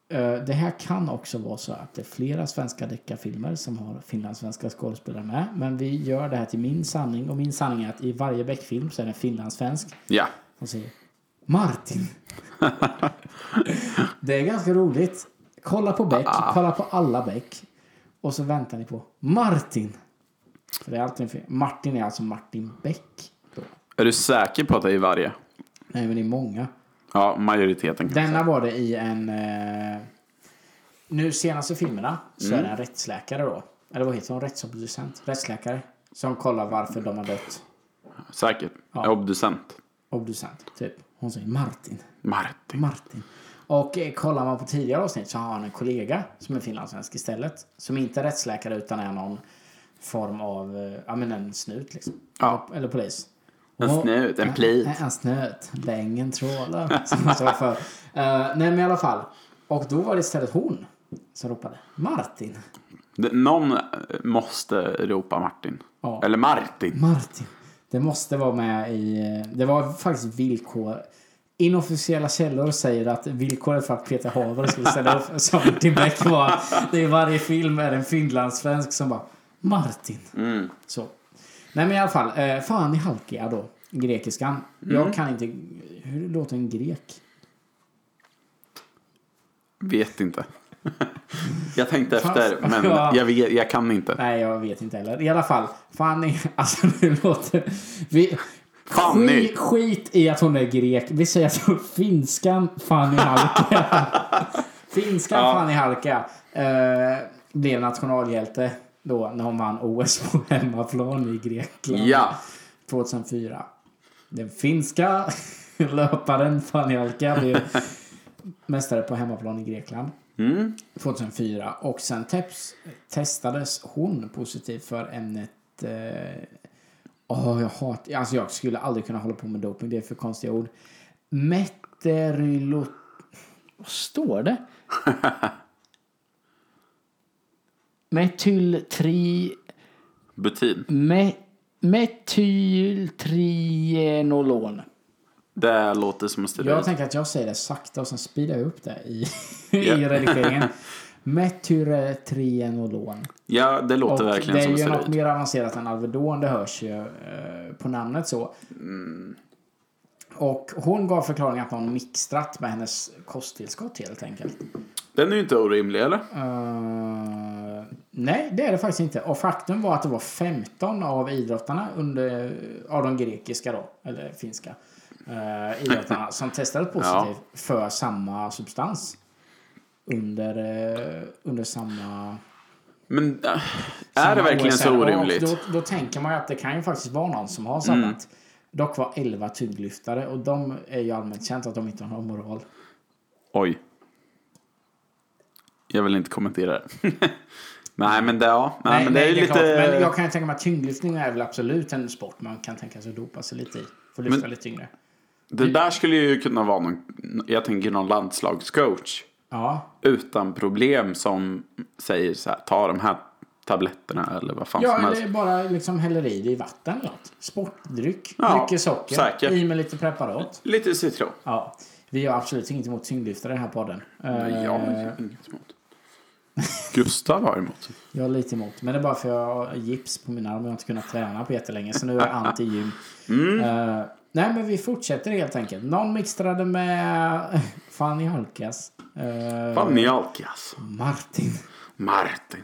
C: Eh, Det här kan också vara så att det är flera svenska deckarfilmer som har finlandssvenska skådespelare med. Men vi gör det här till min sanning. Och min sanning är att i varje Beck-film så är det en finlandssvensk
A: Ja.
C: som säger Martin. det är ganska roligt. Kolla på Beck, kolla på alla Beck. Och så väntar ni på Martin. För det är alltid en fel. Martin är alltså Martin Beck. Då.
A: Är du säker på att det är varje?
C: Nej, men det är många.
A: Ja, majoriteten. kan-
C: Denna var det i en... Eh, nu senaste filmerna så är det en rättsläkare då. Eller vad heter hon? Rättsobducent? Rättsläkare. Som kollar varför de har dött.
A: Säkert. Obducent.
C: Obducent, typ. Hon säger Martin.
A: Martin.
C: Martin. Och eh, kollar man på tidigare avsnitt så har han en kollega som är finlandssvensk istället. Som inte är rättsläkare utan är någon form av, eh, ja men en snut liksom.
A: Ja.
C: Eller, eller polis.
A: En
C: Och-
A: snut, en plit.
C: En, en snut. Bängen trålar. som man sa förr. Eh, nej men i alla fall. Och då var det istället hon som ropade Martin.
A: Det- Någon eh, måste ropa Martin.
C: Ja.
A: Eller Martin.
C: Martin. Det måste vara med i... Det var faktiskt villkor. Inofficiella källor säger att villkoret för att Peter Haber skulle ställa upp som Martin Beck var det i varje film är det en finlandssvensk som bara Martin. Så. Nej men i alla fall, eh, fan i halkia då. Grekiskan. Jag kan inte... Hur låter en grek?
A: Vet inte. [LAUGHS] jag tänkte
C: Fast-
A: efter, men
C: [LAUGHS] Ja.
A: jag, vet, jag kan inte.
C: Nej jag vet inte heller. I alla fall, Fanny, [LAUGHS] alltså nu låter... Vi,
A: Fanny.
C: Skit, skit i att hon är grek. Vi säger att [LAUGHS] finskan
A: [LAUGHS]
C: Fanny Halka. finskan
A: Ja.
C: Fanny Halka eh, blev nationalhjälte då när hon vann OS på hemmaplan i Grekland.
A: Ja.
C: 2004. Den finska [LAUGHS] löparen Fanny Halka blev mästare på hemmaplan i Grekland. 2004 och sen teps, testades hon positivt för ämnet eh, åh, jag hatar, alltså jag skulle aldrig kunna hålla på med doping, det är för konstiga ord. Meterylo... Vad står det? Metyltri...
A: Butin.
C: Me, metyltrienolon.
A: Det låter som en steroid.
C: Jag tänker att jag säger det sakta och sen speedar jag upp det i, [LAUGHS]
A: Ja. [LAUGHS]
C: i redigeringen. Metyretrienolon.
A: Ja, det låter
C: Och
A: verkligen
C: det
A: som
C: är
A: en
C: ju något
A: steroid.
C: mer avancerat än Alvedon, det hörs ju eh, på namnet så.
A: Mm.
C: Och hon gav förklaringen att någon mixtrat med hennes kosttillskott helt enkelt.
A: Den är ju inte orimlig, eller?
C: Eh, nej, det är det faktiskt inte. Och faktum var att det var 15 av idrottarna under, av de grekiska då, eller finska
A: [LAUGHS]
C: eh, idrottarna som testade positivt för samma substans. Under, eh, under samma...
A: Men äh, är det verkligen
C: OSR.
A: så
C: Och
A: orimligt? Mm.
C: Då, då tänker man ju att det kan ju faktiskt vara någon som har samlat. Dock var 11 tublyftare och de är ju allmänt känt att de inte har någon moral.
A: Oj. Jag vill inte kommentera det. [LAUGHS] nej, men det, ja. Nej, men det är ju
C: klart.
A: lite...
C: Men jag kan ju tänka mig att tyngdlyftning är väl absolut en sport man kan tänka sig att dopa sig lite i. Få lyfta
A: Men-
C: lite tyngre.
A: Det där skulle ju kunna vara någon, jag tänker någon landslagscoach.
C: Ja,
A: Utan problem som säger så här, ta de här tabletterna eller vad fan
C: ja
A: som helst.
C: eller bara liksom häller i det i vatten eller något. Sportdryck,
A: Ja,
C: mycket socker,
A: säkert.
C: i med lite preparat.
A: Lite citron.
C: Ja, vi har absolut inget emot tyngdlyftare i den här podden. Eh,
A: Jag har inget emot. [LAUGHS] Gustav har emot.
C: Jag är lite emot, men det är bara för jag har gips på mina armar och jag har inte kunnat träna på jättelänge. Så
A: [LAUGHS]
C: nu är jag anti-gym.
A: Mm.
C: Eh, nej, men vi fortsätter helt enkelt. Någon mixtrade med [LAUGHS] Fanny Halkas. eh,
A: Fanny Alkias.
C: Martin.
A: alltså- Martin.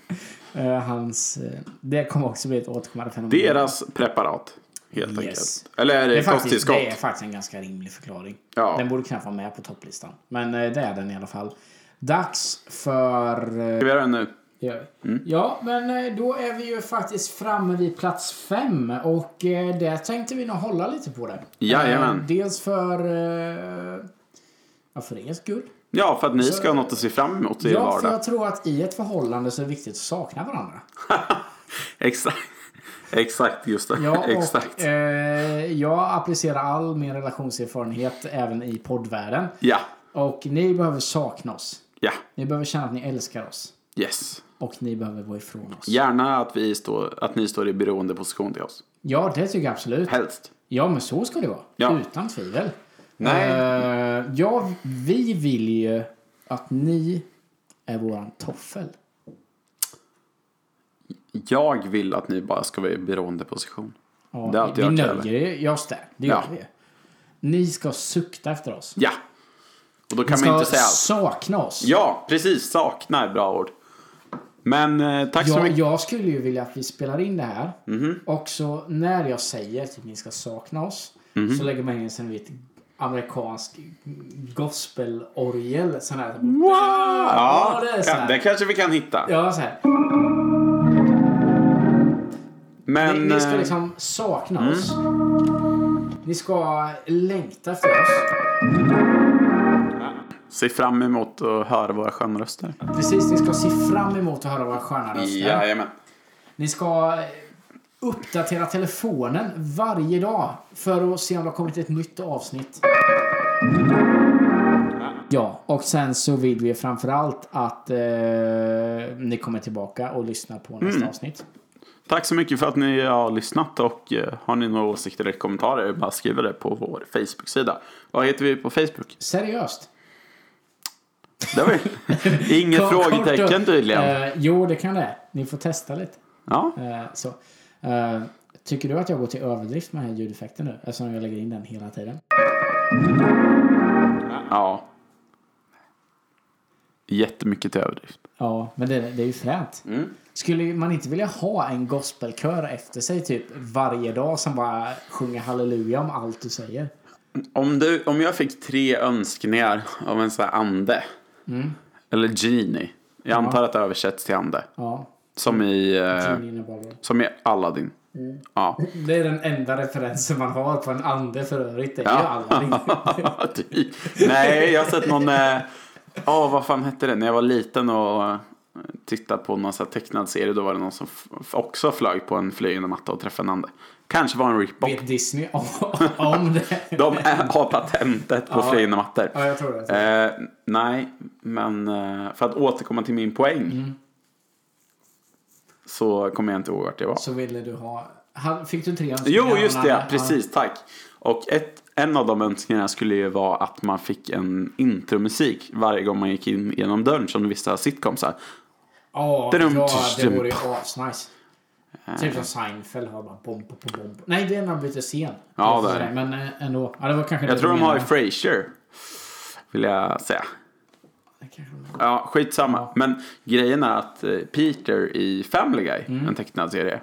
C: Eh, hans, eh, det kommer också bli ett återkommande fenomen.
A: Deras preparat. Helt
C: Yes.
A: enkelt. Eller är det,
C: det, är faktiskt,
A: kosttillskott?
C: det är faktiskt en ganska rimlig förklaring.
A: eh, Ja.
C: Den borde knappt vara med på topplistan. Men eh, det är den i alla fall. Dags för... eh,
A: Ska vi göra det nu?
C: Ja.
A: Mm.
C: ja, men eh, då är vi ju faktiskt framme vid plats fem och eh, där tänkte vi nog hålla lite på det.
A: Jajamän.
C: Eh, Dels för... eh, Ja, för er skull.
A: Ja, för att ni ska ha något att se fram emot i er
C: Ja, för
A: vardag.
C: jag tror att i ett förhållande så är det viktigt att sakna varandra.
A: Exakt. [LAUGHS] Exakt, Gustav.
C: Ja,
A: Exakt.
C: och eh, jag applicerar all min relationserfarenhet även i poddvärlden.
A: Ja,
C: Och ni behöver sakna oss.
A: ja,
C: Ni behöver känna att ni älskar oss.
A: yes.
C: Och ni behöver gå ifrån oss.
A: Gärna att, vi står, att ni står i beroendeposition till oss.
C: Ja, det tycker jag absolut.
A: Helst.
C: Ja, men så ska det vara.
A: Ja.
C: Utan tvivel.
A: Nej.
C: Eh, ja, vi vill ju att ni är våran toffel.
A: Jag vill att ni bara ska vara i beroendeposition.
C: Ja,
A: Det är alltid
C: vi
A: jag
C: nöjer
A: kräver.
C: er ju. Just det, det gör
A: Ja.
C: vi ju. Ni ska sukta efter oss.
A: Ja. Och då kan
C: Ni
A: man
C: ska
A: inte säga allt.
C: sakna oss.
A: Ja, precis. Sakna är bra ord. Men Mhm. eh, tack så
C: Jag,
A: mycket.
C: jag skulle ju vilja att vi spelar in det här. Och så när jag säger att ni ska sakna oss.
A: Mhm.
C: Så lägger man in sen vid ett amerikansk gospelorgel. Sån här.
A: Ja,
C: Ja, det är så
A: kan,
C: här.
A: det kanske vi kan hitta.
C: Ja, så här.
A: Men...
C: ni, ni ska
A: eh, mhm.
C: liksom sakna oss. Ni ska längta efter oss.
A: eh, Se fram emot att höra våra sköna röster.
C: Precis, ni ska se fram emot att höra våra sköna röster.
A: Jajamän.
C: Ni ska uppdatera telefonen varje dag för att se om det har kommit ett nytt avsnitt. Ja, och sen så vill vi framförallt att eh, ni kommer tillbaka och lyssnar på nästa
A: Mm.
C: avsnitt.
A: Tack så mycket för att ni har lyssnat och eh, har ni några åsikter eller kommentarer bara skriv det på vår Facebook-sida. Vad heter vi på Facebook?
C: Seriöst.
A: Där var vi. Inget
C: Kort- kort och-
A: frågetecken tydligen.
C: Eh, jo, det kan det. Ni får testa lite.
A: Ja.
C: Eh, så. Eh, tycker du att jag går till överdrift med den här ljudeffekten nu? Eftersom jag lägger in den hela tiden.
A: ja. Jättemycket till överdrift.
C: Ja, men det, det är ju fränt.
A: Mm.
C: Skulle man inte vilja ha en gospelkör efter sig typ varje dag som bara sjunger halleluja om allt du säger?
A: Om, du, om jag fick tre önskningar av en sån här ande. Eller genie. Jag antar att det översätts till ande.
C: Ja.
A: Som i, eh,
C: Tune in och bara-
A: som i Aladdin. Ja.
C: Det är den enda referensen man har på en ande för övrigt. Det är ju alla.
A: [LAUGHS] Typ. Nej, jag har sett någon... eh, Ja, vad fan hette det? När jag var liten och eh, tittade på någon sån här tecknad serie. Då var det någon som f- f- också flög på en flygande matta och träffade en ande. Kanske var en rip-off.
C: Vet Disney om- om det? [LAUGHS]
A: De [LAUGHS] är, har patentet på flygande mattor.
C: Ja, jag tror det.
A: Eh, nej, men eh, för att återkomma till
C: Mm.
A: min poäng. Så kommer jag inte ihåg vart jag var.
C: Så ville du ha Han- Fick du tre önskningar?
A: Jo, just
C: Han
A: det.
C: hade-
A: Precis, tack. Och ett, en av de önskningarna skulle ju vara att man fick en intromusik varje gång man gick in genom dörren som vissa sitcomsar.
C: Ja,
A: Det är de- Eh.
C: ja, det vore ju asnice. Typ som Seinfeld har bara bomb på bomb. Nej, det är när de byter scen.
A: Ja,
C: Det är
A: det är det.
C: Men eh, ändå. Ja, det var kanske
A: Jag
C: det
A: tror
C: du
A: de har i
C: menade.
A: Frasier, vill jag säga.
C: Det kanske de har.
A: Ja, skitsamma. Men grejen är att eh, Peter i Family Guy, en tecknad serie,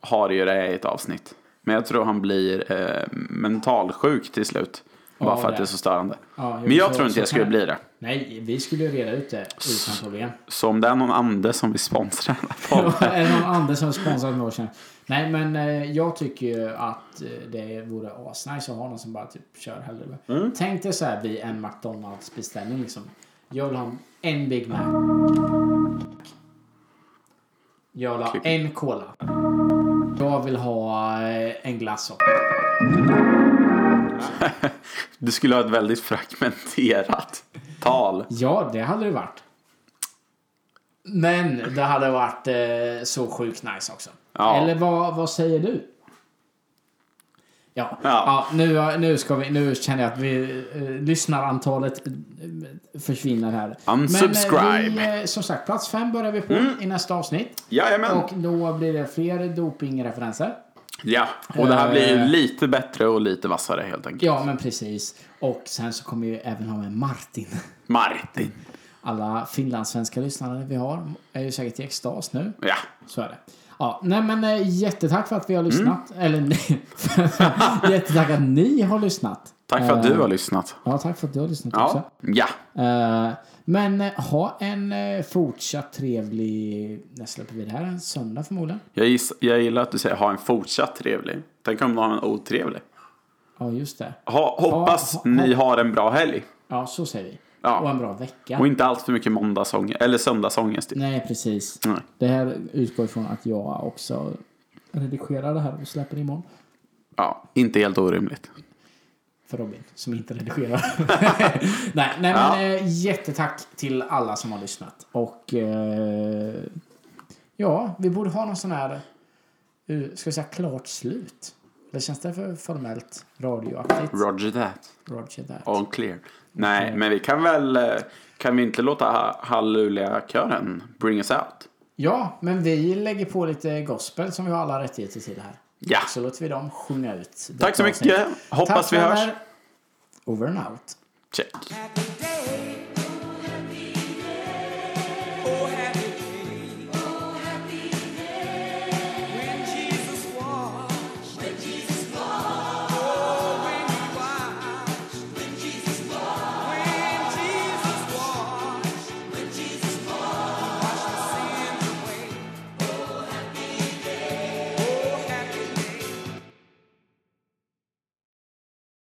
A: har ju det här i ett avsnitt. Men jag tror han blir eh, mentalsjuk till slut. bara för att
C: det.
A: det är så störande.
C: Ja, jo,
A: Men jag
C: så-
A: tror inte
C: så
A: jag skulle
C: kan-
A: bli det.
C: Nej, vi skulle ju reda ut det utan problem.
A: Så om det är någon ande som vill sponsra den här [LAUGHS] podden.
C: Är det någon annan som sponsrar Motion? Nej, men eh, jag tycker ju att eh, det vore asnice att ha någon som bara typ kör hellre. Tänk dig så här vid en McDonalds beställning liksom. Jag vill ha en Big Mac. Jag vill ha
A: Klick.
C: en Cola. Jag vill ha eh, en glass också.
A: Du skulle ha ett väldigt fragmenterat tal.
C: Ja, det hade det varit. Men det hade varit eh, så sjukt nice också.
A: Ja.
C: Eller vad, vad säger du? Ja, ja.
A: Ja.
C: nu, nu, ska vi, nu känner jag att vi, eh, lyssnarantalet eh, försvinner här.
A: Unsubscribe.
C: Men eh, vi, eh, som sagt, plats fem börjar vi på
A: Mm.
C: i nästa avsnitt.
A: Jajamän.
C: Och då blir det fler dopingreferenser.
A: Ja, och det här blir ju
C: Eh.
A: lite bättre och lite vassare helt enkelt.
C: Ja, men precis. Och sen så kommer vi även ha med Martin.
A: Martin.
C: Alla finlandssvenska lyssnare vi har är ju säkert i extas nu.
A: Ja.
C: Så är det. Ja, nej men eh, jättetack för
A: Mm.
C: att vi har lyssnat. Eller ni- [LAUGHS] jättetack att ni har lyssnat.
A: Tack för att
C: Eh,
A: du har lyssnat.
C: Ja, tack för att du har lyssnat också.
A: Ja. Ja.
C: Eh, men eh, ha en eh, fortsatt trevlig... När släpper vi det här? En söndag förmodligen?
A: Jag, giss, jag gillar att du säger ha en fortsatt trevlig. Tänk om du har en otrevlig.
C: Ja, just det.
A: Ha, hoppas
C: ha- ha-
A: ni har en bra helg.
C: Ja, så säger vi.
A: Ja.
C: Och en bra vecka.
A: Och inte allt för mycket måndagsånger, eller söndagsångest. Typ.
C: Nej, precis.
A: Nej.
C: Det här utgår ifrån att jag också redigerar det här och släpper det imorgon.
A: Ja, inte helt orimligt.
C: för Robin som
A: [LAUGHS]
C: inte redigerar. nej, nej
A: Ja.
C: men eh, jättetack till alla som har lyssnat. Och eh, ja, vi borde ha någon sån här, eh, ska vi säga klart slut? Eller känns det för formellt radioaktigt?
A: Roger that.
C: Roger that.
A: All clear. Nej, men vi kan väl... eh, Kan vi inte låta ha- Halleluja-kören bring us out?
C: Ja, men vi lägger på lite gospel som vi har alla rättigheter till här.
A: Ja.
C: Så låter vi dem sjunga ut.
A: Tack så
C: detta avsnitt.
A: mycket. Hoppas
C: Tack,
A: vi
C: vänner.
A: hörs.
C: Over and out.
A: Check.
B: Happy day.